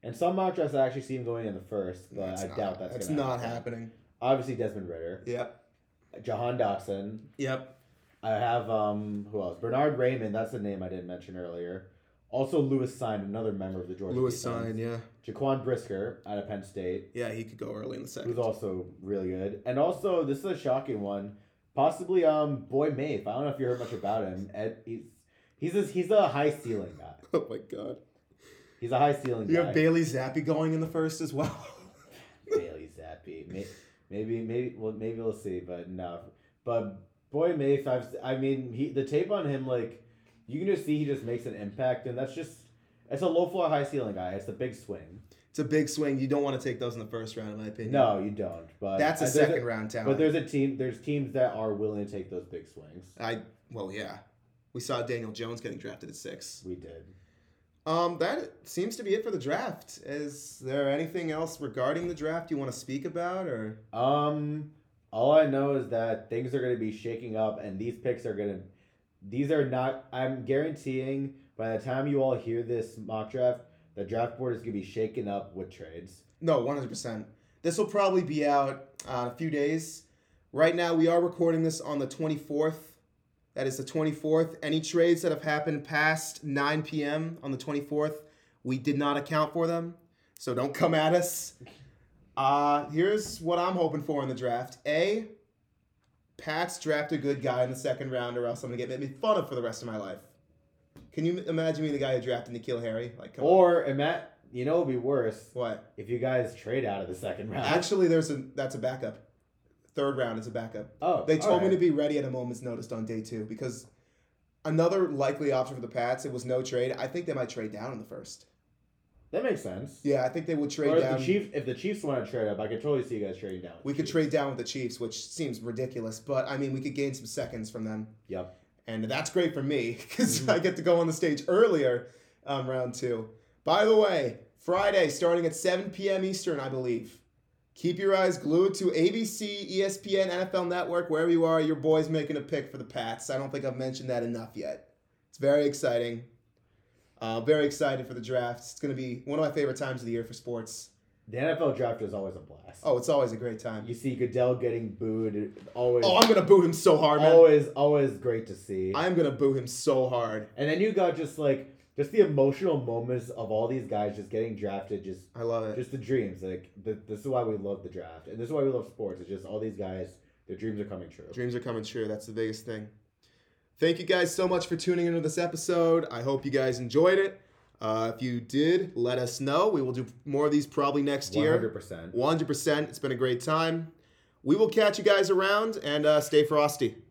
Speaker 2: and some mock drafts I actually see him going in the first, but
Speaker 1: That's
Speaker 2: I
Speaker 1: not-
Speaker 2: doubt that's,
Speaker 1: that's
Speaker 2: gonna
Speaker 1: not
Speaker 2: happen.
Speaker 1: happening.
Speaker 2: Obviously, Desmond Ritter,
Speaker 1: Yep.
Speaker 2: Jahan Dotson.
Speaker 1: Yep.
Speaker 2: I have um who else? Bernard Raymond. That's the name I didn't mention earlier. Also, Lewis Sign, another member of the Georgia.
Speaker 1: Lewis
Speaker 2: defense.
Speaker 1: signed, yeah.
Speaker 2: Jaquan Brisker out of Penn State.
Speaker 1: Yeah, he could go early in the
Speaker 2: who's
Speaker 1: second.
Speaker 2: also really good. And also, this is a shocking one. Possibly, um, Boy Mafe. I don't know if you heard much about him. Ed, he's he's a, he's a high ceiling guy.
Speaker 1: Oh my god.
Speaker 2: He's a high ceiling
Speaker 1: You
Speaker 2: guy.
Speaker 1: have Bailey Zappi going in the first as well.
Speaker 2: Bailey Zappi. May- Maybe, maybe, well, maybe we'll see, but no. But boy, Mafe, I've, I mean, he the tape on him, like, you can just see he just makes an impact, and that's just, it's a low floor, high ceiling guy. It's a big swing.
Speaker 1: it's a big swing. You don't want to take those in the first round, in my opinion.
Speaker 2: No, you don't. But
Speaker 1: that's a
Speaker 2: uh, there's
Speaker 1: second round talent.
Speaker 2: But there's a team. There's teams that are willing to take those big swings.
Speaker 1: I well, yeah. We saw Daniel Jones getting drafted at six.
Speaker 2: We did.
Speaker 1: Um, that seems to be it for the draft. Is there anything else regarding the draft you want to speak about, or
Speaker 2: Um, all I know is that things are going to be shaking up, and these picks are going to. These are not. I'm guaranteeing by the time you all hear this mock draft, the draft board is going to be shaken up with trades.
Speaker 1: no? One hundred percent. This will probably be out uh, in a few days. Right now, we are recording this on the twenty fourth. That is the twenty fourth. Any trades that have happened past nine p.m. on the twenty fourth, we did not account for them. So don't come at us. Uh, here's what I'm hoping for in the draft. A, Pats draft a good guy in the second round, or else I'm gonna get made fun of for the rest of my life. Can you imagine me the guy who drafted Nikhil Harry? Like, come on.
Speaker 2: Or and Matt, you know, it'd be worse
Speaker 1: what?
Speaker 2: if you guys trade out of the second round.
Speaker 1: Actually, there's a that's a backup. Third round is a backup.
Speaker 2: oh,
Speaker 1: They told me
Speaker 2: alright.
Speaker 1: to be ready at a moment's notice on day two because another likely option for the Pats it was no trade. I think they might trade down in the first.
Speaker 2: That makes sense.
Speaker 1: Yeah, I think they would trade
Speaker 2: Or if
Speaker 1: down.
Speaker 2: the Chiefs, if the Chiefs want to trade up, I could totally see you guys trading down. with
Speaker 1: we
Speaker 2: the
Speaker 1: could
Speaker 2: Chiefs.
Speaker 1: trade down with the Chiefs, which seems ridiculous, but I mean we could gain some seconds from them.
Speaker 2: Yep.
Speaker 1: and that's great for me because
Speaker 2: Mhm.
Speaker 1: I get to go on the stage earlier, um, round two. By the way, Friday starting at 7 p.m. Eastern, I believe. Keep your eyes glued to ABC, ESPN, NFL Network, wherever you are. Your boy's making a pick for the Pats. I don't think I've mentioned that enough yet. It's very exciting. Uh, very excited for the draft. It's going to be one of my favorite times of the year for sports.
Speaker 2: The NFL draft is always a blast.
Speaker 1: Oh, it's always a great time.
Speaker 2: You see Goodell getting booed. Always,
Speaker 1: Oh, I'm going to boo him so hard, man.
Speaker 2: always, always great to see.
Speaker 1: I'm going to boo him so hard.
Speaker 2: and then you got just like just the emotional moments of all these guys just getting drafted. Just
Speaker 1: I love it.
Speaker 2: just the dreams. Like th- this is why we love the draft, and this is why we love sports. It's just all these guys. Their dreams are coming true.
Speaker 1: Dreams are coming true. That's the biggest thing. Thank you guys so much for tuning into this episode. I hope you guys enjoyed it. Uh, if you did, let us know. We will do more of these probably next
Speaker 2: One hundred
Speaker 1: year.
Speaker 2: percent.
Speaker 1: 100%. It's been a great time. We will catch you guys around and uh, stay frosty.